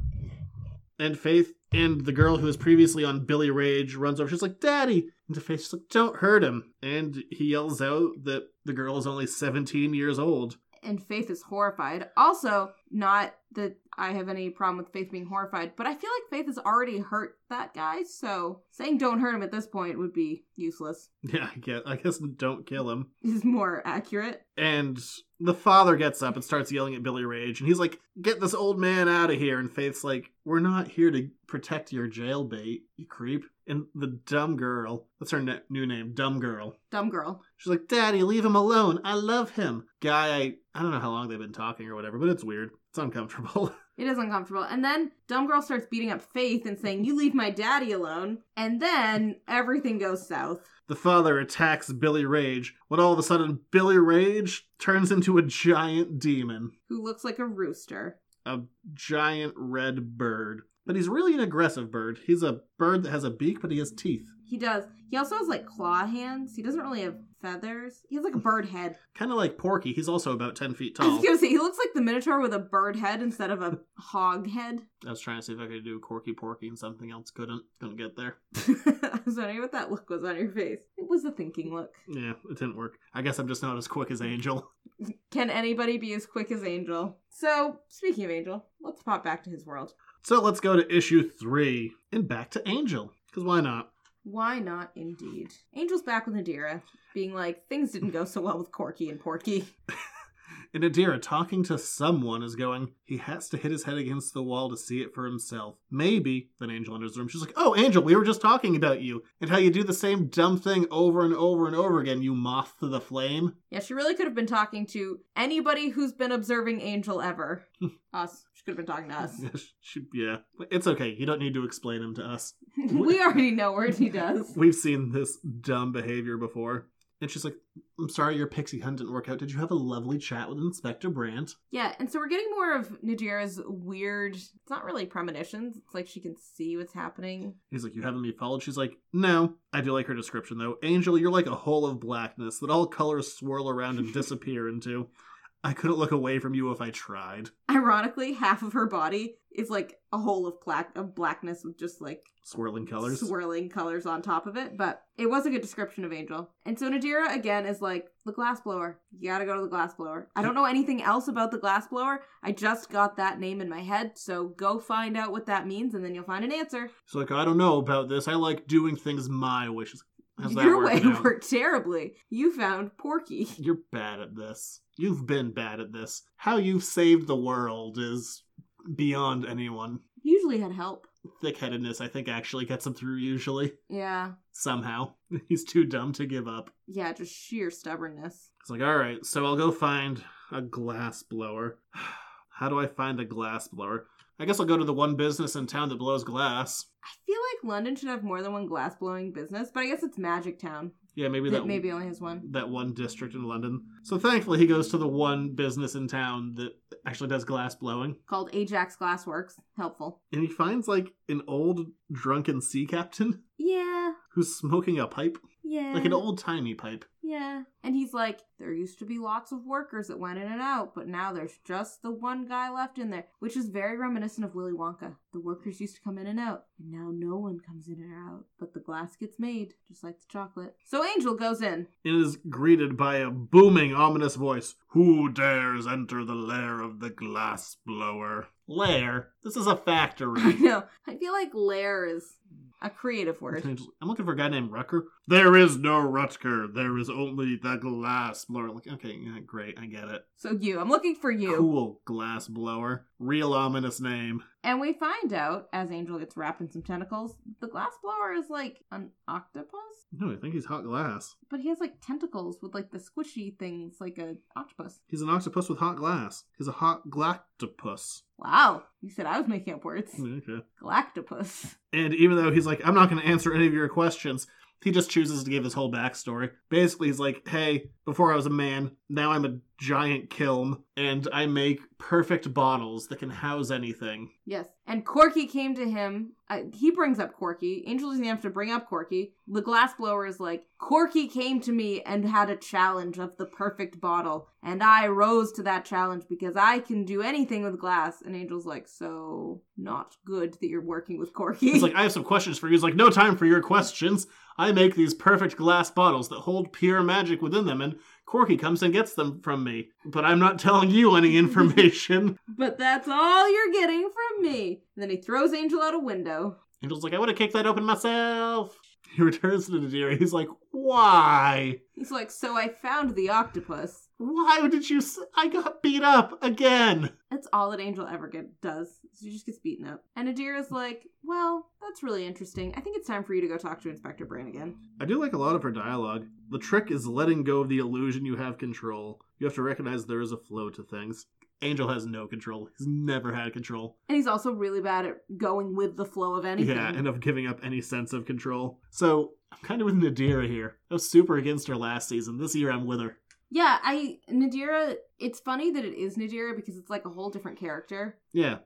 S3: And Faith and the girl who was previously on Billy Rage runs over. She's like, Daddy! And to Faith's like, Don't hurt him. And he yells out that the girl is only 17 years old.
S4: and Faith is horrified. Also, not that I have any problem with Faith being horrified, but I feel like Faith has already hurt that guy, so saying don't hurt him at this point would be useless.
S3: Yeah, I guess, I guess don't kill him.
S4: Is more accurate.
S3: And the father gets up and starts yelling at Billy Rage. And he's like, Get this old man out of here. And Faith's like, We're not here to protect your jailbait, you creep. And the dumb girl, that's her ne- new name, Dumb Girl.
S4: Dumb girl.
S3: She's like, Daddy, leave him alone. I love him. Guy, I, I don't know how long they've been talking or whatever, but it's weird. It's uncomfortable.
S4: It is uncomfortable. And then Dumb Girl starts beating up Faith and saying, You leave my daddy alone. And then everything goes south.
S3: the father attacks Billy Rage when all of a sudden Billy Rage turns into a giant demon,
S4: Who looks like a rooster?
S3: a giant red bird. But he's really an aggressive bird. He's a bird that has a beak, but he has teeth.
S4: He does. He also has like claw hands. He doesn't really have feathers. He has like a bird head.
S3: Kind of like Porky, he's also about 10 feet
S4: I was
S3: tall.
S4: gonna say, he looks like the Minotaur with a bird head instead of a hog head.
S3: I was trying to see if I could do Corky Porky and something else. Couldn't. Couldn't get there.
S4: I was wondering what that look was on your face. It was a thinking look.
S3: Yeah, it didn't work. I guess I'm just not as quick as Angel.
S4: Can anybody be as quick as Angel? So, speaking of Angel, let's pop back to his world.
S3: So let's go to issue three and back to Angel. Because why not?
S4: Why not, indeed? Angel's back with Nadira, being like, things didn't go so well with Corky and Porky.
S3: And Adira, talking to someone, is going, he has to hit his head against the wall to see it for himself. Maybe. Then Angel enters the room. She's like, Oh, Angel, we were just talking about you and how you do the same dumb thing over and over and over again, you moth to the flame.
S4: Yeah, she really could have been talking to anybody who's been observing Angel ever. us. She could have been talking to us.
S3: She- yeah. It's okay. You don't need to explain him to us.
S4: we already know what he does.
S3: We've seen this dumb behavior before. And she's like, I'm sorry your pixie hunt didn't work out. Did you have a lovely chat with Inspector Brandt?
S4: Yeah, and so we're getting more of Nadira's weird, it's not really premonitions, it's like she can see what's happening.
S3: He's like, You haven't been followed? She's like, No. I do like her description, though. Angel, you're like a hole of blackness that all colors swirl around and disappear into. I couldn't look away from you if I tried.
S4: Ironically, half of her body is like a hole of black of blackness with just like
S3: Swirling colors.
S4: swirling colors on top of it. But it was a good description of Angel. And so Nadira again is like the glassblower. You gotta go to the glassblower. I don't know anything else about the glassblower. I just got that name in my head. So go find out what that means, and then you'll find an answer.
S3: She's like, I don't know about this. I like doing things my way. She's like, How's that
S4: Your way
S3: working out?
S4: worked terribly. You found Porky.
S3: You're bad at this. You've been bad at this. How you've saved the world is beyond anyone.
S4: He usually had help.
S3: Thick headedness, I think, actually gets him through usually.
S4: Yeah.
S3: Somehow. He's too dumb to give up.
S4: Yeah, just sheer stubbornness.
S3: It's like, all right, so I'll go find a glass blower. How do I find a glass blower? I guess I'll go to the one business in town that blows glass.
S4: I feel like London should have more than one glass blowing business, but I guess it's Magic Town.
S3: Yeah, maybe
S4: that
S3: that
S4: maybe only has one.
S3: that one district in London. So thankfully, he goes to the one business in town that actually does glass blowing,
S4: Called Ajax Glassworks. Helpful.
S3: and he finds like an old drunken sea captain
S4: Yeah.
S3: who's smoking a pipe,
S4: Yeah.
S3: like an old timey pipe.
S4: yeah. And he's like, there used to be lots of workers that went in and out, but now there's just the one guy left in there, which is very reminiscent of Willy Wonka. The workers used to come in and out, and now no one comes in and out, but the glass gets made, just like the chocolate. So Angel goes in.
S3: It is greeted by a booming, ominous voice. Who dares enter the lair of the glass blower? Lair? This is a
S4: I
S3: factory.
S4: know. I feel like lair is a creative word.
S3: I'm looking for a guy named Rucker. There is no Rutger. There is only the glass blower. Like, okay, yeah, great. I get it.
S4: So you, I'm looking for you.
S3: Cool glass blower. Real ominous name.
S4: And we find out, as Angel gets wrapped in some tentacles, the glass blower is like an octopus,
S3: No, I think he's hot glass.
S4: but he has like tentacles with like the squishy things like a octopus.
S3: He's an octopus with hot glass. He's a hot galactopus.
S4: Wow. You said I was making up words.
S3: Okay.
S4: Galactopus.
S3: And even though he's like, I'm not going to answer any of your questions, he just chooses to give his whole backstory. Basically, he's like, hey, before I was a man, now I'm a giant kiln, and I make perfect bottles that can house anything.
S4: Yes. And Corky came to him. Uh, he brings up Corky. Angel doesn't even have to bring up Corky. The glass blower is like, Corky came to me and had a challenge of the perfect bottle. And I rose to that challenge because I can do anything with glass. And Angel's like, so not good that you're working with Corky.
S3: He's like, I have some questions for you. He's like, no time for your questions. I make these perfect glass bottles that hold pure magic within them, and Corky comes and gets them from me. But I'm not telling you any information.
S4: but that's all you're getting from me. And then he throws Angel out a window.
S3: Angel's like, I would have kicked that open myself. He returns to Nadiri. He's like, why?
S4: He's like, so I found the octopus.
S3: Why did you? s I I got beat up again.
S4: That's all that Angel ever get, does. She just gets beaten up. And Adir is like, well, that's really interesting. I think it's time for you to go talk to Inspector Brannigan.
S3: I do like a lot of her dialogue. The trick is letting go of the illusion you have control. You have to recognize there is a flow to things. Angel has no control. He's never had control.
S4: And he's also really bad at going with the flow of anything.
S3: Yeah, and of giving up any sense of control. So I'm kind of with Nadira here. I was super against her last season. This year I'm with her.
S4: Yeah, I Nadira it's funny that it is Nadira because it's like a whole different character.
S3: Yeah.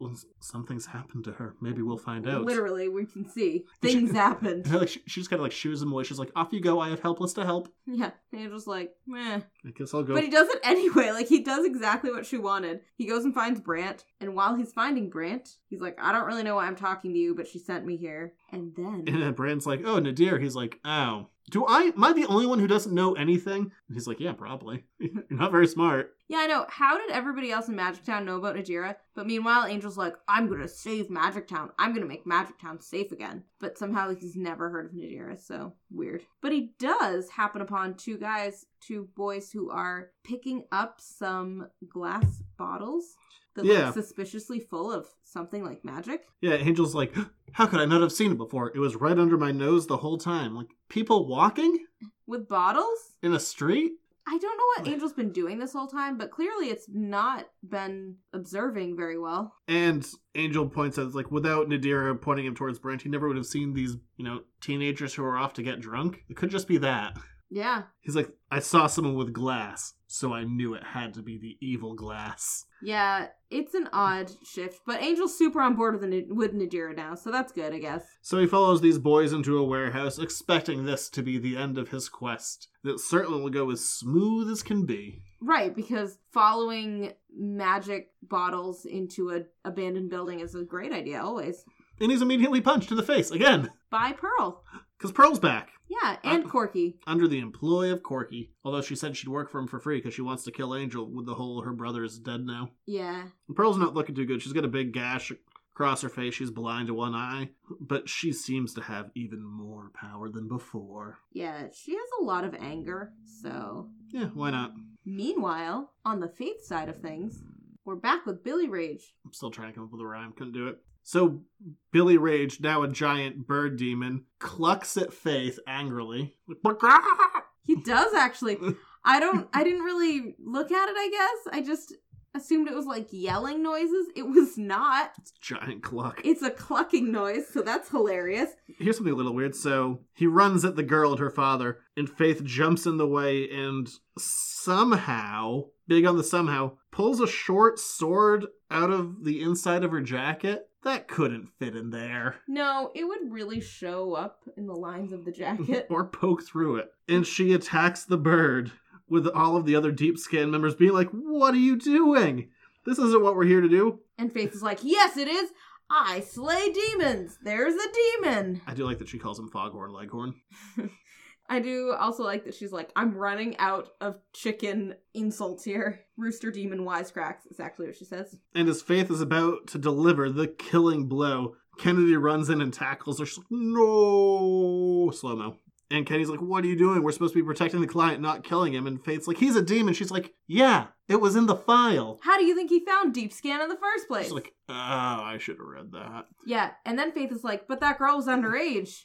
S3: Well, s- something's happened to her. Maybe we'll find out.
S4: Literally, we can see. Things happened.
S3: And like, she, she just kind of like shoos him away. She's like, "Off you go. I have helpless to help."
S4: Yeah. And Angel's like, meh.
S3: I guess I'll go.
S4: But he does it anyway. Like he does exactly what she wanted. He goes and finds Brant, and while he's finding Brant, he's like, I don't really know why I'm talking to you, but she sent me here. And then
S3: And then Bran's like, "Oh, Nadir." He's like, "Oh, do I? Am I the only one who doesn't know anything?" And he's like, "Yeah, probably. You're not very smart."
S4: Yeah, I know. How did everybody else in Magic Town know about Nadira? But meanwhile, Angel's like, I'm gonna save Magic Town. I'm gonna make Magic Town safe again. But somehow like, he's never heard of Nadira, so weird. But he does happen upon two guys, two boys who are picking up some glass bottles that
S3: Yeah.
S4: look suspiciously full of something like magic.
S3: Yeah, Angel's like, "How could I not have seen it before? It was right under my nose the whole time. Like people walking
S4: With bottles?
S3: in a street."
S4: I don't know what Angel's been doing this whole time, but clearly it's not been observing very well.
S3: And Angel points out, like, without Nadira pointing him towards Brent, he never would have seen these, you know, teenagers who are off to get drunk. It could just be that.
S4: Yeah.
S3: He's like, I saw someone with glass, so I knew it had to be the evil glass.
S4: Yeah, it's an odd shift, but Angel's super on board with, the, with Nadira now, so that's good, I guess.
S3: So he follows these boys into a warehouse, expecting this to be the end of his quest. That certainly will go as smooth as can be.
S4: Right, because following magic bottles into an abandoned building is a great idea, always.
S3: And he's immediately punched in the face again,
S4: By Pearl.
S3: because Pearl's back,
S4: Yeah, and
S3: Uh,
S4: Corky.
S3: under the employ of Corky. Although she said she'd work for him for free because she wants to kill Angel with the whole her brother is dead now.
S4: Yeah.
S3: And Pearl's not looking too good. She's got a big gash across her face. She's blind to one eye, but she seems to have even more power than before.
S4: Yeah, she has a lot of anger, so.
S3: Yeah, why not?
S4: Meanwhile, on the faith side of things, we're back with Billy Rage.
S3: I'm still trying to come up with a rhyme. Couldn't do it. So Billy Rage, now a giant bird demon, clucks at Faith angrily.
S4: He does actually. I don't. I didn't really look at it. I guess I just assumed it was like yelling noises. It was not.
S3: It's a giant clock.
S4: It's a clucking noise, so that's hilarious.
S3: Here's something a little weird. So he runs at the girl and her father, and Faith jumps in the way and somehow, big on the somehow, pulls a short sword out of the inside of her jacket. That couldn't fit in there.
S4: No, it would really show up in the lines of the jacket.
S3: or poke through it. And she attacks the bird with all of the other deep skin members being like, What are you doing? This isn't what we're here to do.
S4: And Faith is like, Yes, it is. I slay demons. There's a demon.
S3: I do like that she calls him Foghorn Leghorn.
S4: I do also like that she's like, I'm running out of chicken insults here. Rooster demon wisecracks is actually what she says.
S3: And as Faith is about to deliver the killing blow, Kennedy runs in and tackles her. She's like, No, slow mo. And Kennedy's like, What are you doing? We're supposed to be protecting the client, not killing him. And Faith's like, He's a demon. She's like, Yeah, it was in the file.
S4: How do you think he found deep scan in the first place?
S3: She's like, Oh, I should have read that.
S4: yeah, and then Faith is like, but that girl was underage.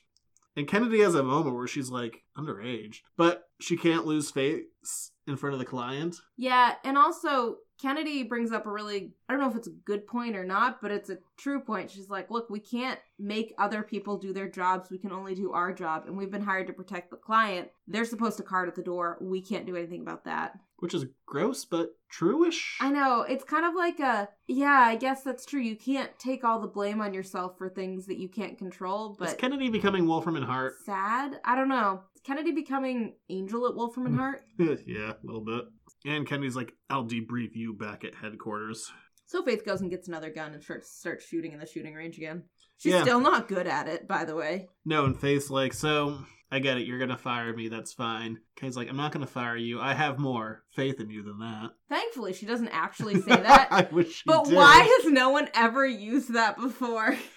S3: And Kennedy has a moment where she's like, underage, but she can't lose face in front of the client.
S4: Yeah, and also Kennedy brings up a really I don't know if it's a good point or not, but it's a true point. She's like, "Look, we can't make other people do their jobs. We can only do our job, and we've been hired to protect the client. They're supposed to card at the door. We can't do anything about that."
S3: Which is gross, but truish.
S4: I know. It's kind of like a yeah, I guess that's true. You can't take all the blame on yourself for things that you can't control,
S3: Is
S4: but
S3: Kennedy becoming Wolfram and Hart?
S4: sad. I don't know. Is Kennedy becoming Angel at Wolfram and Hart?
S3: yeah, a little bit. And Kennedy's like, I'll debrief you back at headquarters.
S4: So Faith goes and gets another gun and starts starts shooting in the shooting range again. She's
S3: Yeah.
S4: still not good at it, by the way.
S3: No, and Faith's like, so I get it. You're going to fire me. That's fine. Kennedy's like, I'm not going to fire you. I have more faith in you than that.
S4: Thankfully, she doesn't actually say that.
S3: I wish she
S4: but
S3: did.
S4: why has no one ever used that before?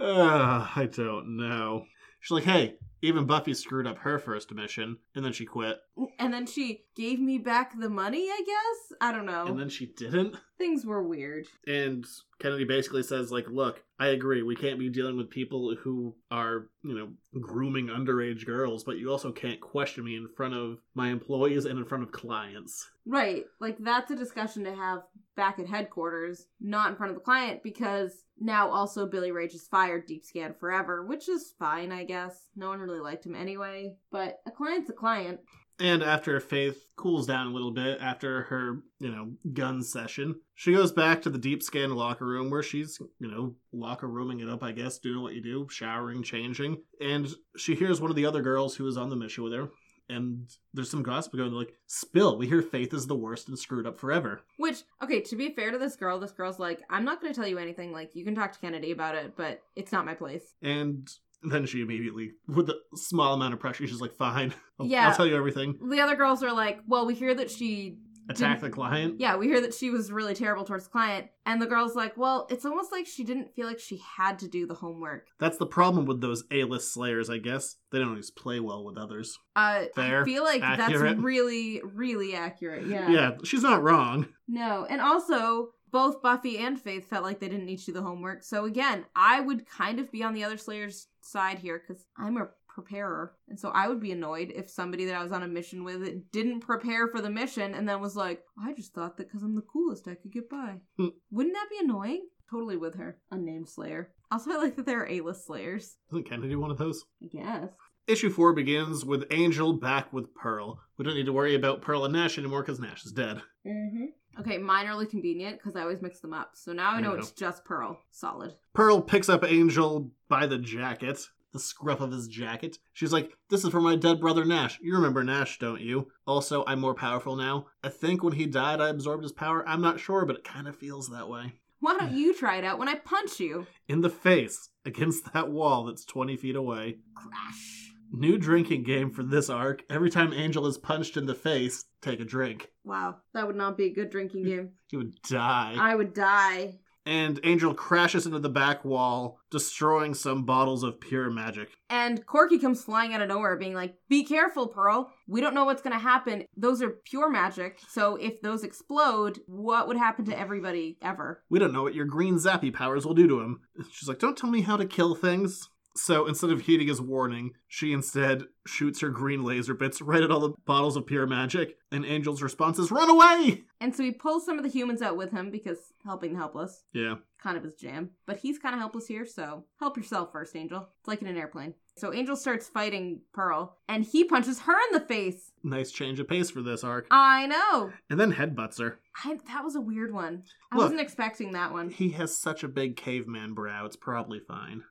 S3: Uh, I don't know. She's like, hey, even Buffy screwed up her first mission, and then she quit,
S4: And then she gave me back the money, I guess? I don't know.
S3: and then she didn't.
S4: Things were weird.
S3: And Kennedy basically says, like, look, I agree, we can't be dealing with people who are, you know, grooming underage girls, but you also can't question me in front of my employees and in front of clients.
S4: Right. Like, that's a discussion to have back at headquarters, not in front of the client, because now also Billy Ray just fired Deep Scan forever, which is fine, I guess. No one really liked him anyway. But a client's a client.
S3: And after Faith cools down a little bit after her, you know, gun session, she goes back to the deep scan locker room where she's, you know, locker rooming it up, I guess, doing what you do, showering, changing. And she hears one of the other girls who is on the mission with her. And there's some gossip going like, spill, we hear Faith is the worst and screwed up forever.
S4: Which, okay, to be fair to this girl, this girl's like, I'm not going to tell you anything. Like, you can talk to Kennedy about it, but it's not my place.
S3: And then she immediately, with a small amount of pressure, she's like, fine, I'll,
S4: Yeah.
S3: I'll tell you everything.
S4: The other girls are like, well, we hear that she,
S3: Attack the client.
S4: yeah, we hear that she was really terrible towards the client. And the girl's like, well, it's almost like she didn't feel like she had to do the homework.
S3: That's the problem with those A-list slayers, I guess. They don't always play well with others.
S4: Uh, I
S3: Fair.
S4: feel like
S3: Accurate.
S4: that's really, really accurate. Yeah.
S3: yeah, she's not wrong.
S4: No, and also both Buffy and Faith felt like they didn't need to do the homework. So again, I would kind of be on the other Slayer's side here because I'm a preparer, and so I would be annoyed if somebody that I was on a mission with didn't prepare for the mission and then was like, "I just thought that because I'm the coolest, I could get by."
S3: Hmm.
S4: Wouldn't that be annoying? Totally with her, unnamed Slayer. Also, I like that there are A-list Slayers.
S3: Isn't Kennedy one of those?
S4: I guess.
S3: Issue 4 begins with Angel back with Pearl. We don't need to worry about Pearl and Nash anymore because Nash is dead.
S4: Mm-hmm. Okay, mine are really convenient because I always mix them up. So now I
S3: I
S4: know
S3: know.
S4: it's just Pearl. Solid.
S3: Pearl picks up Angel by the jacket, the scruff of his jacket. She's like, This is for my dead brother Nash. You remember Nash, don't you? Also, I'm more powerful now. I think when he died, I absorbed his power. I'm not sure, but it kind of feels that way.
S4: Why don't you try it out when I punch you?
S3: In the face, against that wall that's 20 feet away.
S4: Crash.
S3: New drinking game for this arc. Every time Angel is punched in the face, take a drink.
S4: Wow, that would not be a good drinking game.
S3: He would die.
S4: I would die.
S3: and Angel crashes into the back wall, destroying some bottles of pure magic.
S4: And Corky comes flying out of nowhere, being like, Be careful, Pearl. We don't know what's going to happen. Those are pure magic. So if those explode, what would happen to everybody ever?
S3: We don't know what your green zappy powers will do to him. She's like, Don't tell me how to kill things. So instead of heeding his warning, she instead shoots her green laser bits right at all the bottles of pure magic, and Angel's response is run away!
S4: And so he pulls some of the humans out with him because helping the helpless
S3: Yeah.
S4: kind of his jam. But he's kind of helpless here, so help yourself first, Angel. It's like in an airplane. So Angel starts fighting Pearl, and he punches her in the face.
S3: Nice change of pace for this arc.
S4: I know.
S3: And then headbutts her.
S4: I, that was a weird one. I
S3: Look.
S4: wasn't expecting that one.
S3: He has such a big caveman brow, it's probably fine.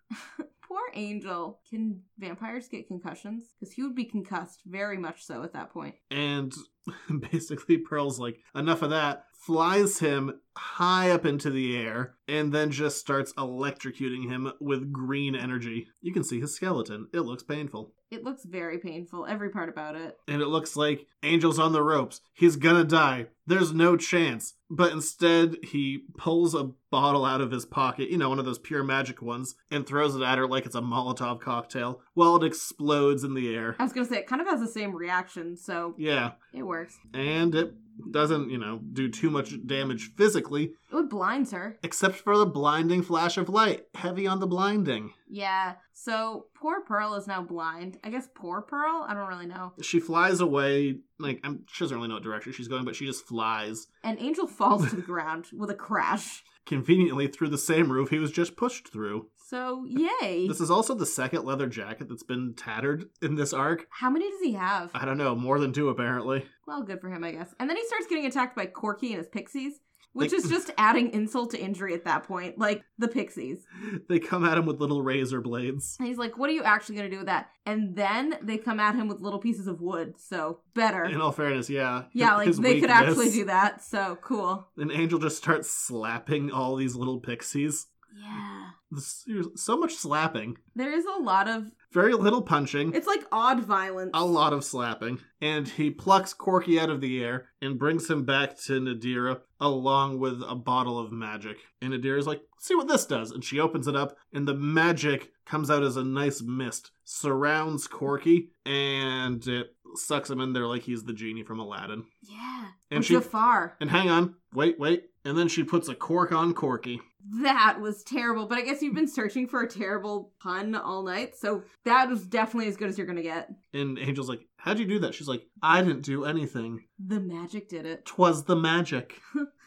S4: Poor Angel. Can vampires get concussions? Because he would be concussed very much so at that point.
S3: And basically, Pearl's like, enough of that, flies him high up into the air, and then just starts electrocuting him with green energy. You can see his skeleton, it looks painful.
S4: It looks very painful, every part about it.
S3: and it looks like Angel's on the ropes. He's gonna die. There's no chance. But instead, he pulls a bottle out of his pocket, you know, one of those pure magic ones, and throws it at her like it's a Molotov cocktail while it explodes in the air.
S4: I was gonna say it kind of has the same reaction, so
S3: Yeah,
S4: it works.
S3: and it doesn't, you know, do too much damage physically,
S4: It would blind her.
S3: except for the blinding flash of light. Heavy on the blinding.
S4: Yeah. So poor Pearl is now blind. I guess poor Pearl? I don't really know.
S3: She flies away, like, I'm, she doesn't really know what direction she's going, but she just flies
S4: And Angel falls to the ground with a crash.
S3: conveniently through the same roof he was just pushed through.
S4: So yay.
S3: This is also the second leather jacket that's been tattered in this arc.
S4: How many does he have?
S3: I don't know, more than two apparently.
S4: Well, good for him, I guess. And then he starts getting attacked by Corky and his pixies, which
S3: Like-
S4: is just adding insult to injury at that point. Like the pixies.
S3: They come at him with little razor blades.
S4: And he's like, what are you actually going to do with that? And then they come at him with little pieces of wood. So better.
S3: In all fairness, yeah.
S4: yeah, like they could actually do that. So cool.
S3: An angel just starts slapping all these little pixies.
S4: Yeah.
S3: This- So much slapping,
S4: There is a lot of.
S3: very little punching.
S4: It's like odd violence.
S3: a lot of slapping, and he plucks Corky out of the air and brings him back to Nadira along with a bottle of magic. And Nadira's like, see what this does. And she opens it up, and the magic comes out as a nice mist, surrounds Corky, and it sucks him in there like he's the genie from Aladdin.
S4: Yeah.
S3: And
S4: Or
S3: she-
S4: Jafar.
S3: And hang on, wait, wait. And then she puts a cork on Corky.
S4: That was terrible. But I guess you've been searching for a terrible pun all night. So that was definitely as good as you're going to get.
S3: And Angel's like, how'd you do that? She's like, I didn't do anything.
S4: The magic did it.
S3: Twas the magic.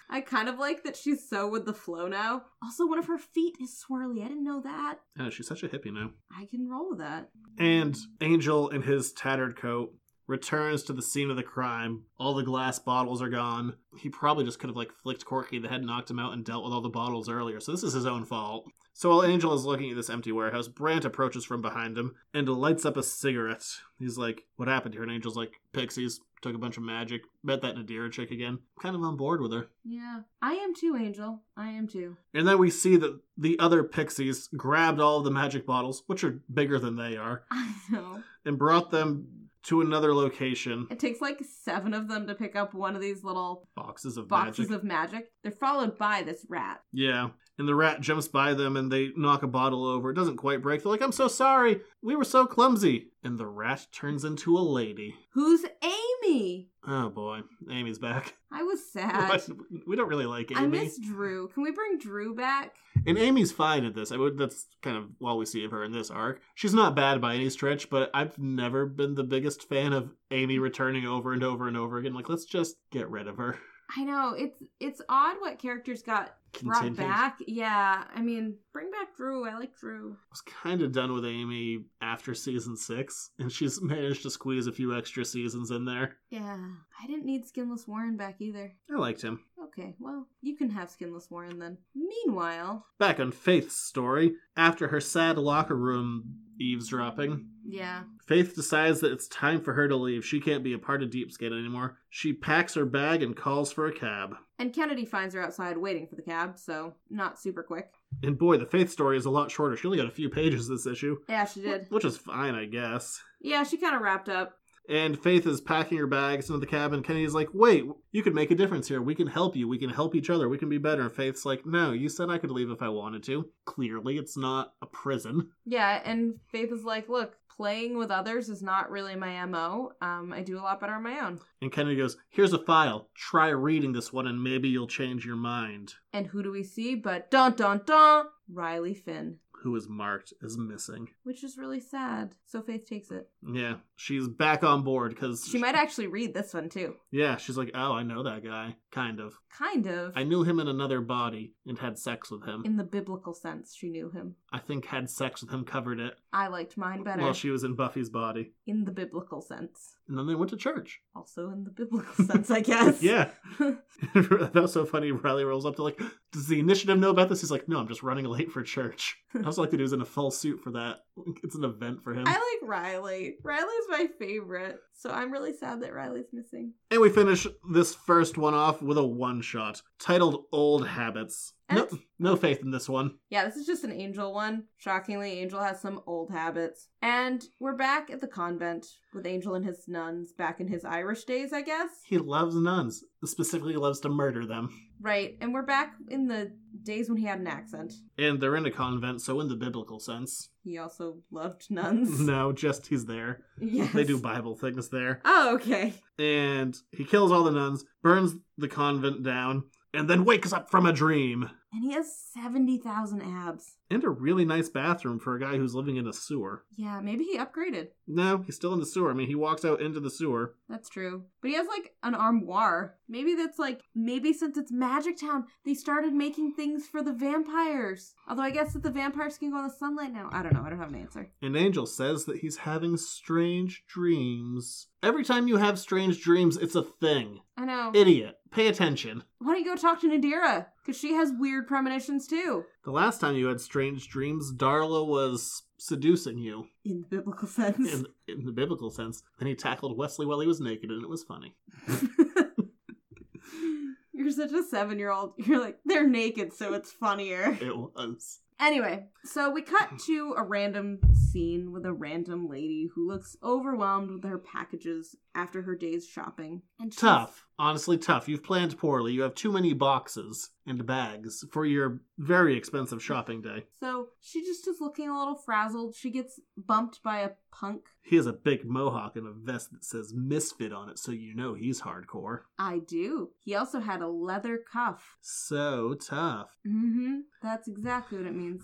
S4: I kind of like that she's so with the flow now. Also, one of her feet is swirly. I didn't know that.
S3: Oh, she's such a hippie now.
S4: I can roll with that.
S3: And Angel, in his tattered coat, returns to the scene of the crime. All the glass bottles are gone. He probably just could have like flicked Corky in the head, knocked him out, and dealt with all the bottles earlier. So this is his own fault. So while Angel is looking at this empty warehouse, Brant approaches from behind him and lights up a cigarette. He's like, "What happened here?" And Angel's like, "Pixies." Took a bunch of magic. Met that Nadira chick again. Kind of on board with her.
S4: Yeah. I am too, Angel. I am too.
S3: And then we see that the other pixies grabbed all the magic bottles, which are bigger than they are,
S4: I know.
S3: and brought them to another location.
S4: It takes like seven of them to pick up one of these little
S3: boxes of
S4: boxes
S3: magic.
S4: of magic. They're followed by this rat.
S3: yeah. And the rat jumps by them and they knock a bottle over. It doesn't quite break. They're like, I'm so sorry. We were so clumsy. And the rat turns into a lady.
S4: Who's Amy?
S3: Oh boy. Amy's back.
S4: I was sad.
S3: we don't really like Amy.
S4: Uh, I miss Drew. Can we bring Drew back?
S3: And Amy's fine at this. I would that's kind of all we see of her in this arc. She's not bad by any stretch, but I've never been the biggest fan of Amy returning over and over and over again. Like, let's just get rid of her.
S4: I know it's it's odd what characters got brought
S3: Contingent.
S4: back. Yeah, I mean, bring back Drew. I like Drew.
S3: was kind of done with Amy after season six, and she's managed to squeeze a few extra seasons in there.
S4: Yeah, I didn't need Skinless Warren back either.
S3: I liked him.
S4: Okay, well, you can have Skinless Warren then. Meanwhile,
S3: Back on Faith's story, after her sad locker room eavesdropping,
S4: yeah,
S3: Faith decides that it's time for her to leave. She can't be a part of Deepskate anymore. She packs her bag and calls for a cab.
S4: and Kennedy finds her outside waiting for the cab, so not super quick.
S3: And boy, the Faith story is a lot shorter. She only got a few pages this issue,
S4: Yeah, she did.
S3: which is fine, I guess.
S4: Yeah, she kind of wrapped up.
S3: And Faith is packing her bags into the cab, and Kennedy's like, Wait, you could make a difference here. We can help you. We can help each other. We can be better. And Faith's like, No, you said I could leave if I wanted to. Clearly, it's not a prison.
S4: Yeah, and Faith is like, look, playing with others is not really my MO. Um, I do a lot better on my own.
S3: And Kennedy goes, Here's a file. Try reading this one, and maybe you'll change your mind.
S4: And who do we see but dun dun dun? Riley Finn.
S3: who is marked as missing.
S4: which is really sad. So Faith takes it.
S3: Yeah, she's back on board because
S4: She might actually read this one too.
S3: Yeah, she's like, oh, I know that guy, kind of.
S4: Kind of.
S3: I knew him in another body and had sex with him.
S4: in the biblical sense, she knew him.
S3: I think had sex with him covered it
S4: I liked mine better.
S3: while she was in Buffy's body.
S4: in the biblical sense.
S3: And then they went to church.
S4: Also in the biblical sense, I guess.
S3: Yeah. that was so funny. Riley rolls up to like, does the initiative know about this? He's like, no, I'm just running late for church. I also like the dude's in a full suit for that. It's an event for him.
S4: I like Riley. Riley's my favorite. So I'm really sad that Riley's missing.
S3: And we finish this first one off with a one shot titled Old Habits.
S4: And
S3: No, no faith in this one.
S4: Yeah, this is just an Angel one. Shockingly, Angel has some old habits. And we're back at the convent with Angel and his nuns back in his Irish days, I guess.
S3: He loves nuns, specifically loves to murder them.
S4: Right. And we're back in the days when he had an accent.
S3: And they're in a convent, so in the biblical sense.
S4: He also loved nuns.
S3: No, just he's there.
S4: Yes.
S3: They do Bible things there.
S4: Oh, okay.
S3: And he kills all the nuns, burns the convent down, and then wakes up from a dream.
S4: And he has 70,000 abs.
S3: And a really nice bathroom for a guy who's living in a sewer.
S4: Yeah, maybe he upgraded.
S3: No, he's still in the sewer. I mean, he walks out into the sewer.
S4: That's true. But he has like an armoire. Maybe that's like, maybe since it's Magic Town, they started making things for the vampires. Although I guess that the vampires can go in the sunlight now. I don't know. I don't have an answer.
S3: And Angel says that he's having strange dreams. Every time you have strange dreams, it's a thing.
S4: I know.
S3: Idiot. Pay attention.
S4: Why don't you go talk to Nadira? Because she has weird premonitions too.
S3: The last time you had strange dreams, Darla was seducing you
S4: In the biblical sense.
S3: in, in the biblical sense. Then he tackled Wesley while he was naked, and it was funny.
S4: You're such a seven year old. You're like, they're naked, so it's funnier.
S3: It was.
S4: Anyway, so we cut to a random scene with a random lady who looks overwhelmed with her packages after her day's shopping. And she's-
S3: Tough. Honestly, tough. You've planned poorly. You have too many boxes and bags for your very expensive shopping day.
S4: So she just is looking a little frazzled. She gets bumped by a punk.
S3: He has a big mohawk and a vest that says Misfit on it, so you know he's hardcore.
S4: I do. He also had a leather cuff.
S3: So tough.
S4: Mm-hmm. That's exactly what it means.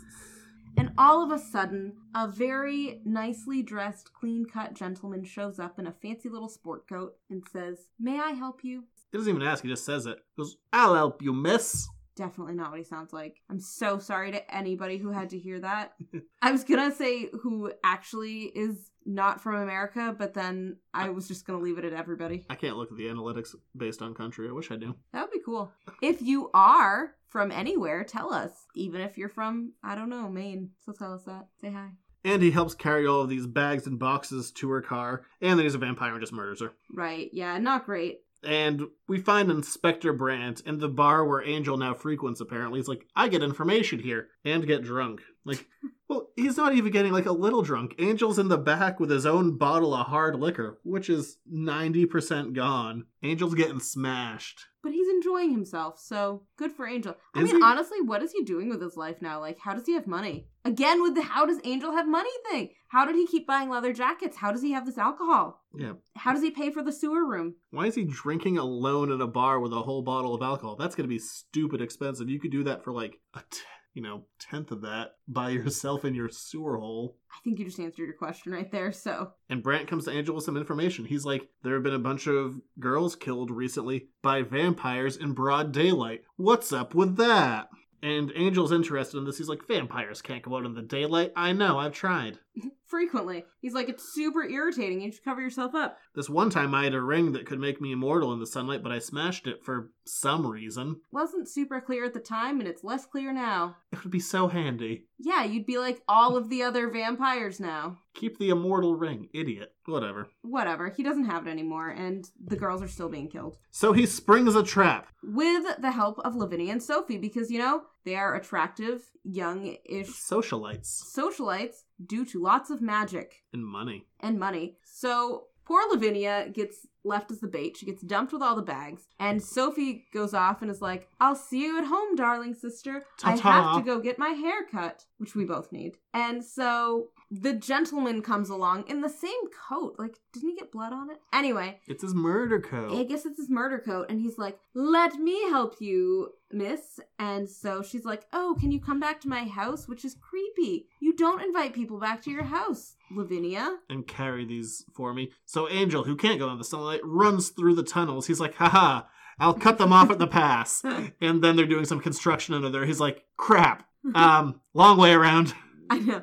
S4: And all of a sudden, a very nicely dressed, clean cut gentleman shows up in a fancy little sport coat and says, May I help you?
S3: He doesn't even ask, he just says it. He goes, I'll help you, miss.
S4: Definitely not what he sounds like. I'm so sorry to anybody who had to hear that. I was gonna say who actually is not from America, but then I was just gonna leave it at everybody.
S3: I can't look at the analytics based on country. I wish I knew.
S4: That would be cool. If you are from anywhere, tell us. Even if you're from, I don't know, Maine. So tell us that. Say hi.
S3: And he helps carry all of these bags and boxes to her car, and then he's a vampire and just murders her.
S4: Right, yeah, not great.
S3: And we find Inspector Brandt in the bar where Angel now frequents, apparently. He's like, I get information here and get drunk. Like, well, he's not even getting like a little drunk. Angel's in the back with his own bottle of hard liquor, which is 90% gone. Angel's getting smashed.
S4: But he's enjoying himself, so good for Angel. I
S3: Is
S4: mean,
S3: he?
S4: honestly, what is he doing with his life now? Like, how does he have money? Again, with the how does Angel have money thing? How did he keep buying leather jackets? How does he have this alcohol?
S3: Yeah.
S4: How does he pay for the sewer room?
S3: Why is he drinking alone in a bar with a whole bottle of alcohol? That's going to be stupid expensive. You could do that for like a, t- you know, tenth of that by yourself in your sewer hole.
S4: I think you just answered your question right there, so.
S3: And Brant comes to Angel with some information. He's like, there have been a bunch of girls killed recently by vampires in broad daylight. What's up with that? And Angel's interested in this. He's like, vampires can't go out in the daylight. I know, I've tried.
S4: Frequently. He's like, it's super irritating. You should cover yourself up.
S3: This one time I had a ring that could make me immortal in the sunlight, but I smashed it for some reason.
S4: Wasn't super clear at the time, and it's less clear now.
S3: It would be so handy.
S4: Yeah, you'd be like all of the other vampires now.
S3: Keep the immortal ring, idiot. Whatever.
S4: Whatever, he doesn't have it anymore, and the girls are still being killed.
S3: So he springs a trap.
S4: With the help of Lavinia and Sophie, because, you know, they are attractive, young ish
S3: Socialites
S4: socialites due to lots of magic
S3: and money.
S4: and money. So poor Lavinia gets left as the bait. She gets dumped with all the bags, and Sophie goes off and is like, I'll see you at home, darling sister. I
S3: Ta-ta."
S4: have to go get my hair cut, which we both need. And so the gentleman comes along in the same coat. Like, didn't he get blood on it? Anyway,
S3: It's his murder
S4: I
S3: code.
S4: guess it's his murder coat, and he's like, "Let me help you, miss." And so she's like, "Oh, can you come back to my house?" Which is creepy. You don't invite people back to your house, Lavinia.
S3: And carry these for me. So Angel, who can't go in the sunlight, runs through the tunnels. He's like, haha, I'll cut them off at the pass. And then they're doing some construction under there. He's like, crap. Um, long way around.
S4: I know.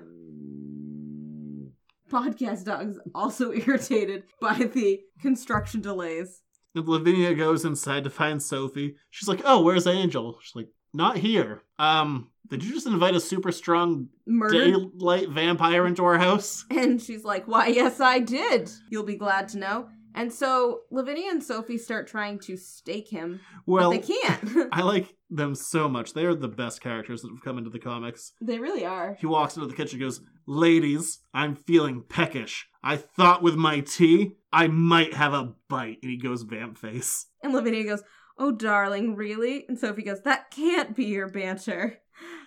S4: Podcast dogs also irritated by the construction delays.
S3: And Lavinia goes inside to find Sophie. She's like, "Oh, where's Angel?" She's like, "Not here." Um, did you just invite a super strong
S4: Murdered.
S3: daylight vampire into our house?
S4: And she's like, Why, yes, I did. You'll be glad to know. And so Lavinia and Sophie start trying to stake him,
S3: Well,
S4: but they can't.
S3: I like them so much. They are the best characters that have come into the comics.
S4: they really are.
S3: He walks into the kitchen and goes, "Ladies, I'm feeling peckish. I thought with my tea, I might have a bite." And he goes vamp face.
S4: And Lavinia goes, Oh, darling, really? And Sophie goes, That can't be your banter.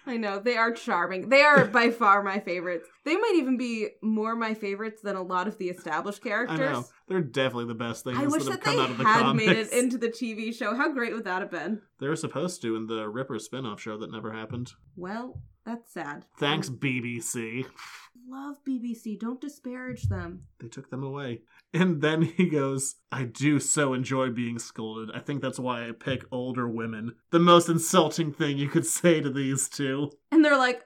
S4: I know, they are charming. They are by far my favorites. They might even be more my favorites than a lot of the established characters.
S3: I know they're definitely the best things
S4: I
S3: that
S4: wish
S3: have
S4: that
S3: come
S4: they
S3: out of the
S4: had
S3: comics.
S4: made it into the TV show. How great would that have been?
S3: they were supposed to in the Ripper spin-off show that never happened.
S4: Well, that's sad.
S3: Thanks, BBC.
S4: Love BBC. Don't disparage them.
S3: They took them away. And then he goes, I do so enjoy being scolded. I think that's why I pick older women. The most insulting thing you could say to these two.
S4: And they're like,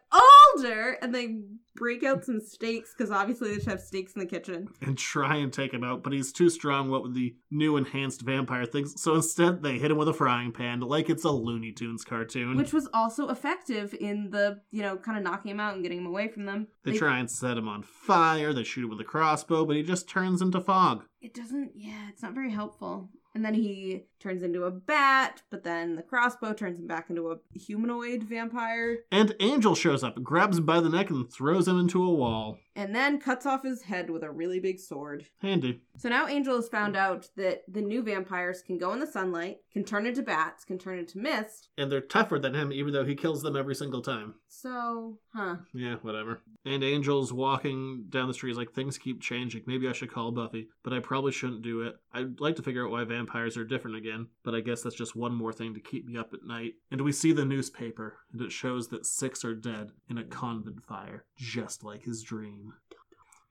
S4: older! And they break out some steaks, because obviously they should have steaks in the kitchen.
S3: And try and take him out, but he's too strong, what with the new enhanced vampire things. So instead, they hit him with a frying pan like it's a Looney Tunes cartoon.
S4: Which was also effective in the, you know, kind of knocking him out and getting him away from them.
S3: they try and set him on fire, they shoot him with a crossbow, but he just turns into fog.
S4: It doesn't, yeah, it's not very helpful. And then he turns into a bat, but then the crossbow turns him back into a humanoid vampire,
S3: And Angel shows up, grabs him by the neck, and throws him into a wall.
S4: and then cuts off his head with a really big sword.
S3: Handy.
S4: So now Angel has found out that the new vampires can go in the sunlight, can turn into bats, can turn into mist.
S3: And they're tougher than him, even though he kills them every single time.
S4: So, huh.
S3: Yeah, whatever. And Angel's walking down the street. He's like, things keep changing. Maybe I should call Buffy, but I probably shouldn't do it. I'd like to figure out why vampires are different again, but I guess that's just one more thing to keep me up at night. And we see the newspaper, and it shows that six are dead in a convent fire, just like his dream.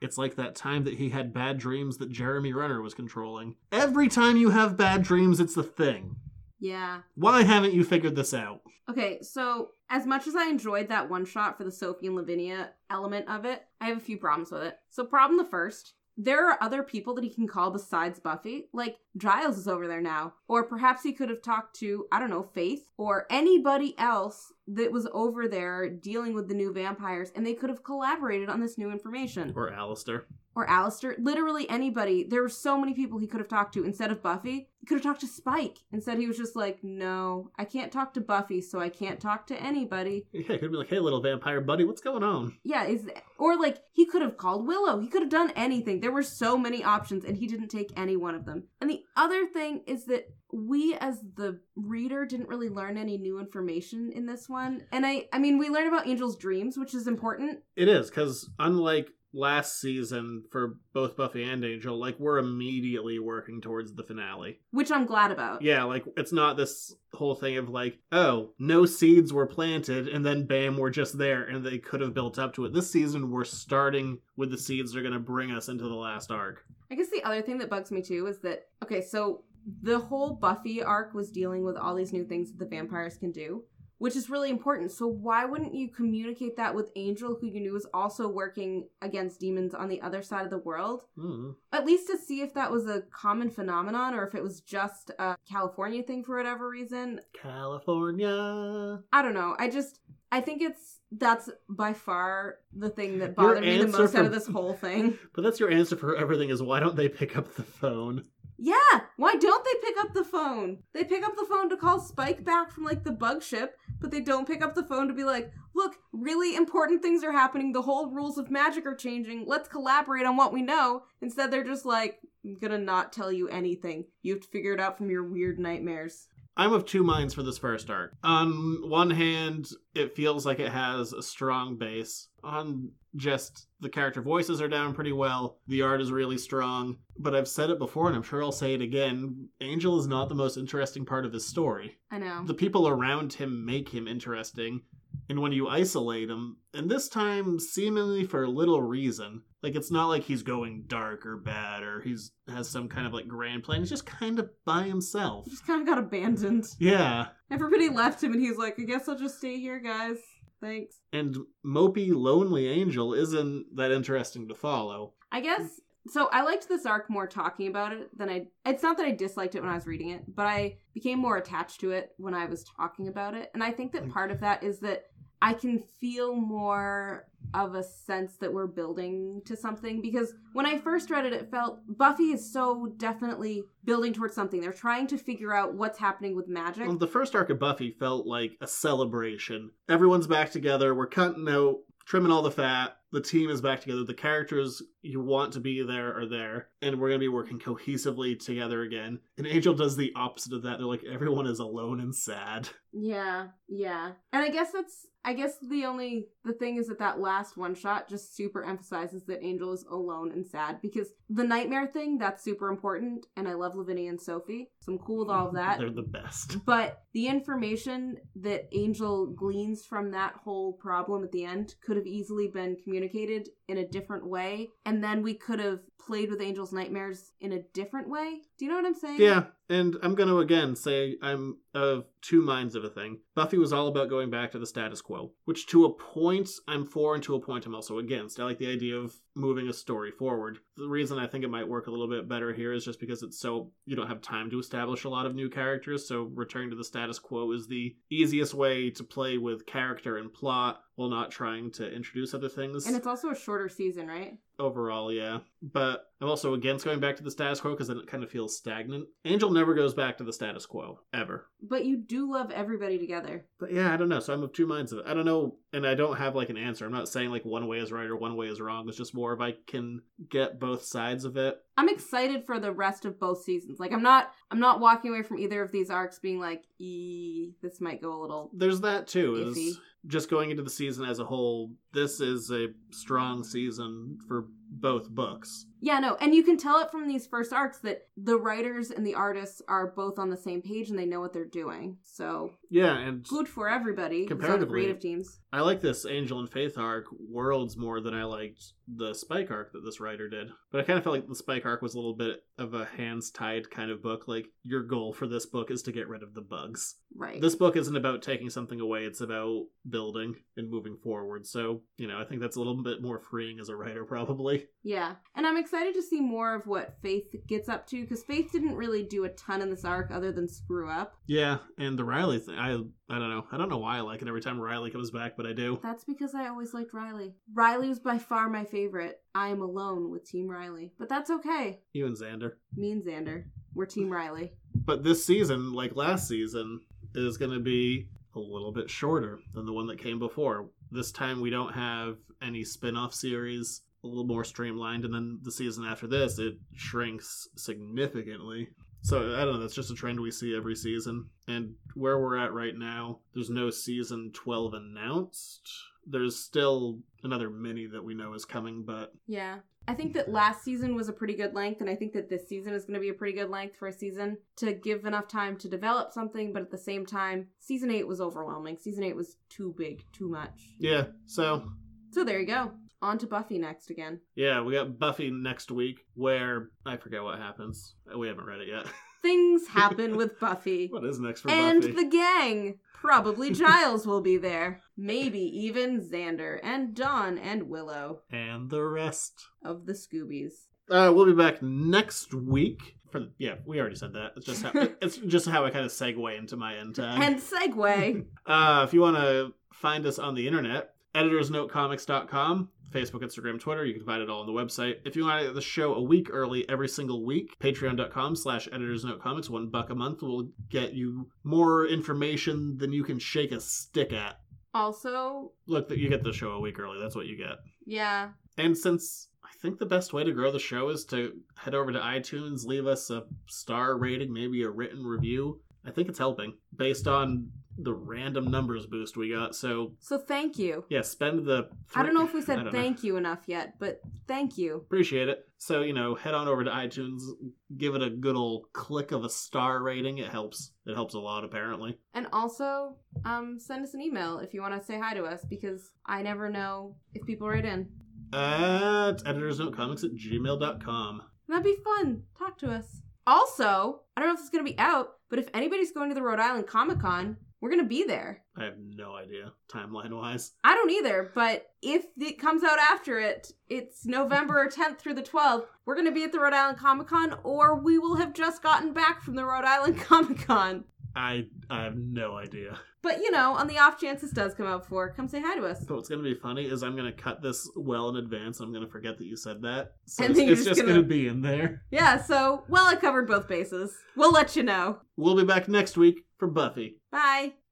S3: It's like that time that he had bad dreams that Jeremy Renner was controlling. Every time you have bad dreams, it's the thing.
S4: Yeah.
S3: Why haven't you figured this out?
S4: Okay, so as much as I enjoyed that one shot for the Sophie and Lavinia element of it, I have a few problems with it. So, problem the first there are other people that he can call besides Buffy. Like, Giles is over there now. Or perhaps he could have talked to, I don't know, Faith or anybody else that was over there dealing with the new vampires, and they could have collaborated on this new information.
S3: Or Alistair.
S4: or Alistair, literally anybody. There were so many people he could have talked to instead of Buffy. He could have talked to Spike. Instead, he was just like, no, I can't talk to Buffy, so I can't talk to anybody.
S3: Yeah, it could be like, hey, little vampire buddy, what's going on?
S4: Yeah, is or like he could have called Willow. He could have done anything. There were so many options and he didn't take any one of them. And the other thing is that we as the reader didn't really learn any new information in this one. And I I mean, we learned about Angel's dreams, which is important.
S3: It is because unlike last season for both Buffy and Angel, like we're immediately working towards the finale.
S4: Which I'm glad about.
S3: Yeah, like it's not this whole thing of like, oh, no seeds were planted and then bam, we're just there and they could have built up to it. This season, we're starting with the seeds that are going to bring us into the last arc.
S4: I guess the other thing that bugs me too is that okay, so the whole Buffy arc was dealing with all these new things that the vampires can do, which is really important. So why wouldn't you communicate that with Angel, who you knew was also working against demons on the other side of the world?
S3: Hmm.
S4: At least to see if that was a common phenomenon or if it was just a California thing for whatever reason.
S3: California.
S4: I don't know. I just I think it's that's by far the thing that
S3: Your
S4: bothered me the
S3: answer
S4: most out
S3: for-
S4: of this whole thing.
S3: But that's your answer for everything is why don't they pick up the phone?
S4: Yeah, why don't they pick up the phone? They pick up the phone to call Spike back from like the bug ship, but they don't pick up the phone to be like, look, really important things are happening. The whole rules of magic are changing. Let's collaborate on what we know. Instead, they're just like, I'm gonna not tell you anything. You have to figure it out from your weird nightmares.
S3: I'm of two minds for this first arc. On one hand, it feels like it has a strong base. On just the character voices are down pretty well. The art is really strong. But I've said it before and I'm sure I'll say it again. Angel is not the most interesting part of his story.
S4: I know.
S3: The people around him make him interesting. And when you isolate him, and this time seemingly for little reason, like it's not like he's going dark or bad or he's has some kind of like grand plan. He's just kind of by himself.
S4: He just kind of got abandoned.
S3: Yeah.
S4: Everybody left him, and he's like, I guess I'll just stay here, guys. Thanks.
S3: And mopey, lonely Angel isn't that interesting to follow.
S4: I guess so. I liked this arc more talking about it than I. It's not that I disliked it when I was reading it, but I became more attached to it when I was talking about it. And I think that part of that is that I can feel more of a sense that we're building to something because when I first read it, it felt Buffy is so definitely building towards something. They're trying to figure out what's happening with magic.
S3: Well, the first arc of Buffy felt like a celebration. Everyone's back together. We're cutting out, trimming all the fat. The team is back together. The characters you want to be there are there, and we're gonna be working cohesively together again. And Angel does the opposite of that. They're like everyone is alone and sad.
S4: Yeah, yeah. And I guess that's I guess the only the thing is that that last one shot just super emphasizes that Angel is alone and sad because the nightmare thing that's super important and I love Lavinia and Sophie. So I'm cool with all of that.
S3: They're the best.
S4: But the information that Angel gleans from that whole problem at the end could have easily been communicated in a different way, and then we could have played with Angel's nightmares in a different way. Do you know what I'm saying?
S3: Yeah, and I'm going to again say I'm of two minds of a thing. Buffy was all about going back to the status quo, which to a point I'm for and to a point I'm also against. I like the idea of moving a story forward. The reason I think it might work a little bit better here is just because it's so you don't have time to establish a lot of new characters, so returning to the status quo is the easiest way to play with character and plot while not trying to introduce other things
S4: And it's also a shorter season, right?
S3: overall, yeah. But I'm also against going back to the status quo because then it kind of feels stagnant. Angel never goes back to the status quo, ever.
S4: But you do love everybody together.
S3: But yeah, I don't know. So I'm of two minds of it. I don't know, and I don't have like an answer. I'm not saying like one way is right or one way is wrong. It's just more if I can get both sides of it.
S4: I'm excited for the rest of both seasons. Like I'm not I'm not walking away from either of these arcs being like, "E, this might go a little."
S3: There's that too.
S4: Iffy.
S3: Is just going into the season as a whole. This is a strong season for both books.
S4: Yeah, no. And you can tell it from these first arcs that the writers and the artists are both on the same page and they know what they're doing. So,
S3: Yeah, and
S4: good for everybody. except the
S3: Comparatively.
S4: creative teams.
S3: I like this Angel and Faith arc worlds more than I liked the Spike arc that this writer did. But I kind of felt like the Spike arc was a little bit of a hands tied kind of book. Like, your goal for this book is to get rid of the bugs.
S4: Right.
S3: This book isn't about taking something away, it's about building and moving forward. So, you know, I think that's a little bit more freeing as a writer, probably.
S4: Yeah. And I'm excited to see more of what Faith gets up to because Faith didn't really do a ton in this arc other than screw up.
S3: Yeah, and the Riley thing, I, I don't know. I don't know why I like it every time Riley comes back, but I do.
S4: That's because I always liked Riley. Riley was by far my favorite. I am alone with Team Riley. But that's okay.
S3: You and Xander.
S4: Me and Xander, we're Team Riley.
S3: But this season, like last season, is going to be a little bit shorter than the one that came before. This time we don't have any spin off series, a little more streamlined, and then the season after this, it shrinks significantly. So I don't know, that's just a trend we see every season. And where we're at right now, there's no season 12 announced. There's still another mini that we know is coming, but
S4: Yeah. I think that last season was a pretty good length, and I think that this season is going to be a pretty good length for a season to give enough time to develop something, but at the same time, season eight was overwhelming. Season eight was too big, too much.
S3: yeah, so
S4: So there you go. On to Buffy next again.
S3: yeah, we got Buffy next week where I forget what happens. We haven't read it yet.
S4: Things happen with Buffy.
S3: What is next for
S4: and
S3: Buffy?
S4: the gang. Probably Giles will be there. Maybe even Xander and Dawn and Willow
S3: and the rest.
S4: of the Scoobies.
S3: Uh, we'll be back next week. For yeah, we already said that. It's just how, it's just how I kind of segue into my end time.
S4: And segue.
S3: uh, if you want to find us on the internet, editorsnotecomics.com, Facebook, Instagram, Twitter. You can find it all on the website. If you want to get the show a week early every single week, patreon.com slash editorsnotecomics. One buck a month will get you more information than you can shake a stick at.
S4: also,
S3: Look, you get the show a week early. That's what you get.
S4: yeah,
S3: And since I think the best way to grow the show is to head over to iTunes, leave us a star rating, maybe a written review. I think it's helping based on the random numbers boost we got. So
S4: So thank you.
S3: yeah, spend the.
S4: I don't know if we
S3: I
S4: said
S3: don't know.
S4: thank you enough yet, but thank you.
S3: Appreciate it. So, you know, head on over to iTunes, give it a good old click of a star rating. It helps. It helps a lot, apparently.
S4: And also, um, send us an email if you want to say hi to us because I never know if people write in.
S3: At editorsnotecomics at gmail.com.
S4: That'd be fun. Talk to us. Also, I don't know if it's gonna be out, but if anybody's going to the Rhode Island Comic Con, we're gonna be there.
S3: I have no idea, timeline wise.
S4: I don't either, but if it comes out after it, it's November 10th through the 12th. We're going to be at the Rhode Island Comic Con, or we will have just gotten back from the Rhode Island Comic Con.
S3: I I have no idea.
S4: But you know, on the off chance this does come out for, come say hi to us.
S3: But what's gonna be funny is I'm gonna cut this well in advance. I'm gonna forget that you said that. So
S4: And
S3: it's,
S4: then you're
S3: it's
S4: just
S3: just
S4: gonna-
S3: gonna... be in there.
S4: Yeah, so, well, I covered both bases. We'll let you know.
S3: We'll be back next week for Buffy.
S4: Bye.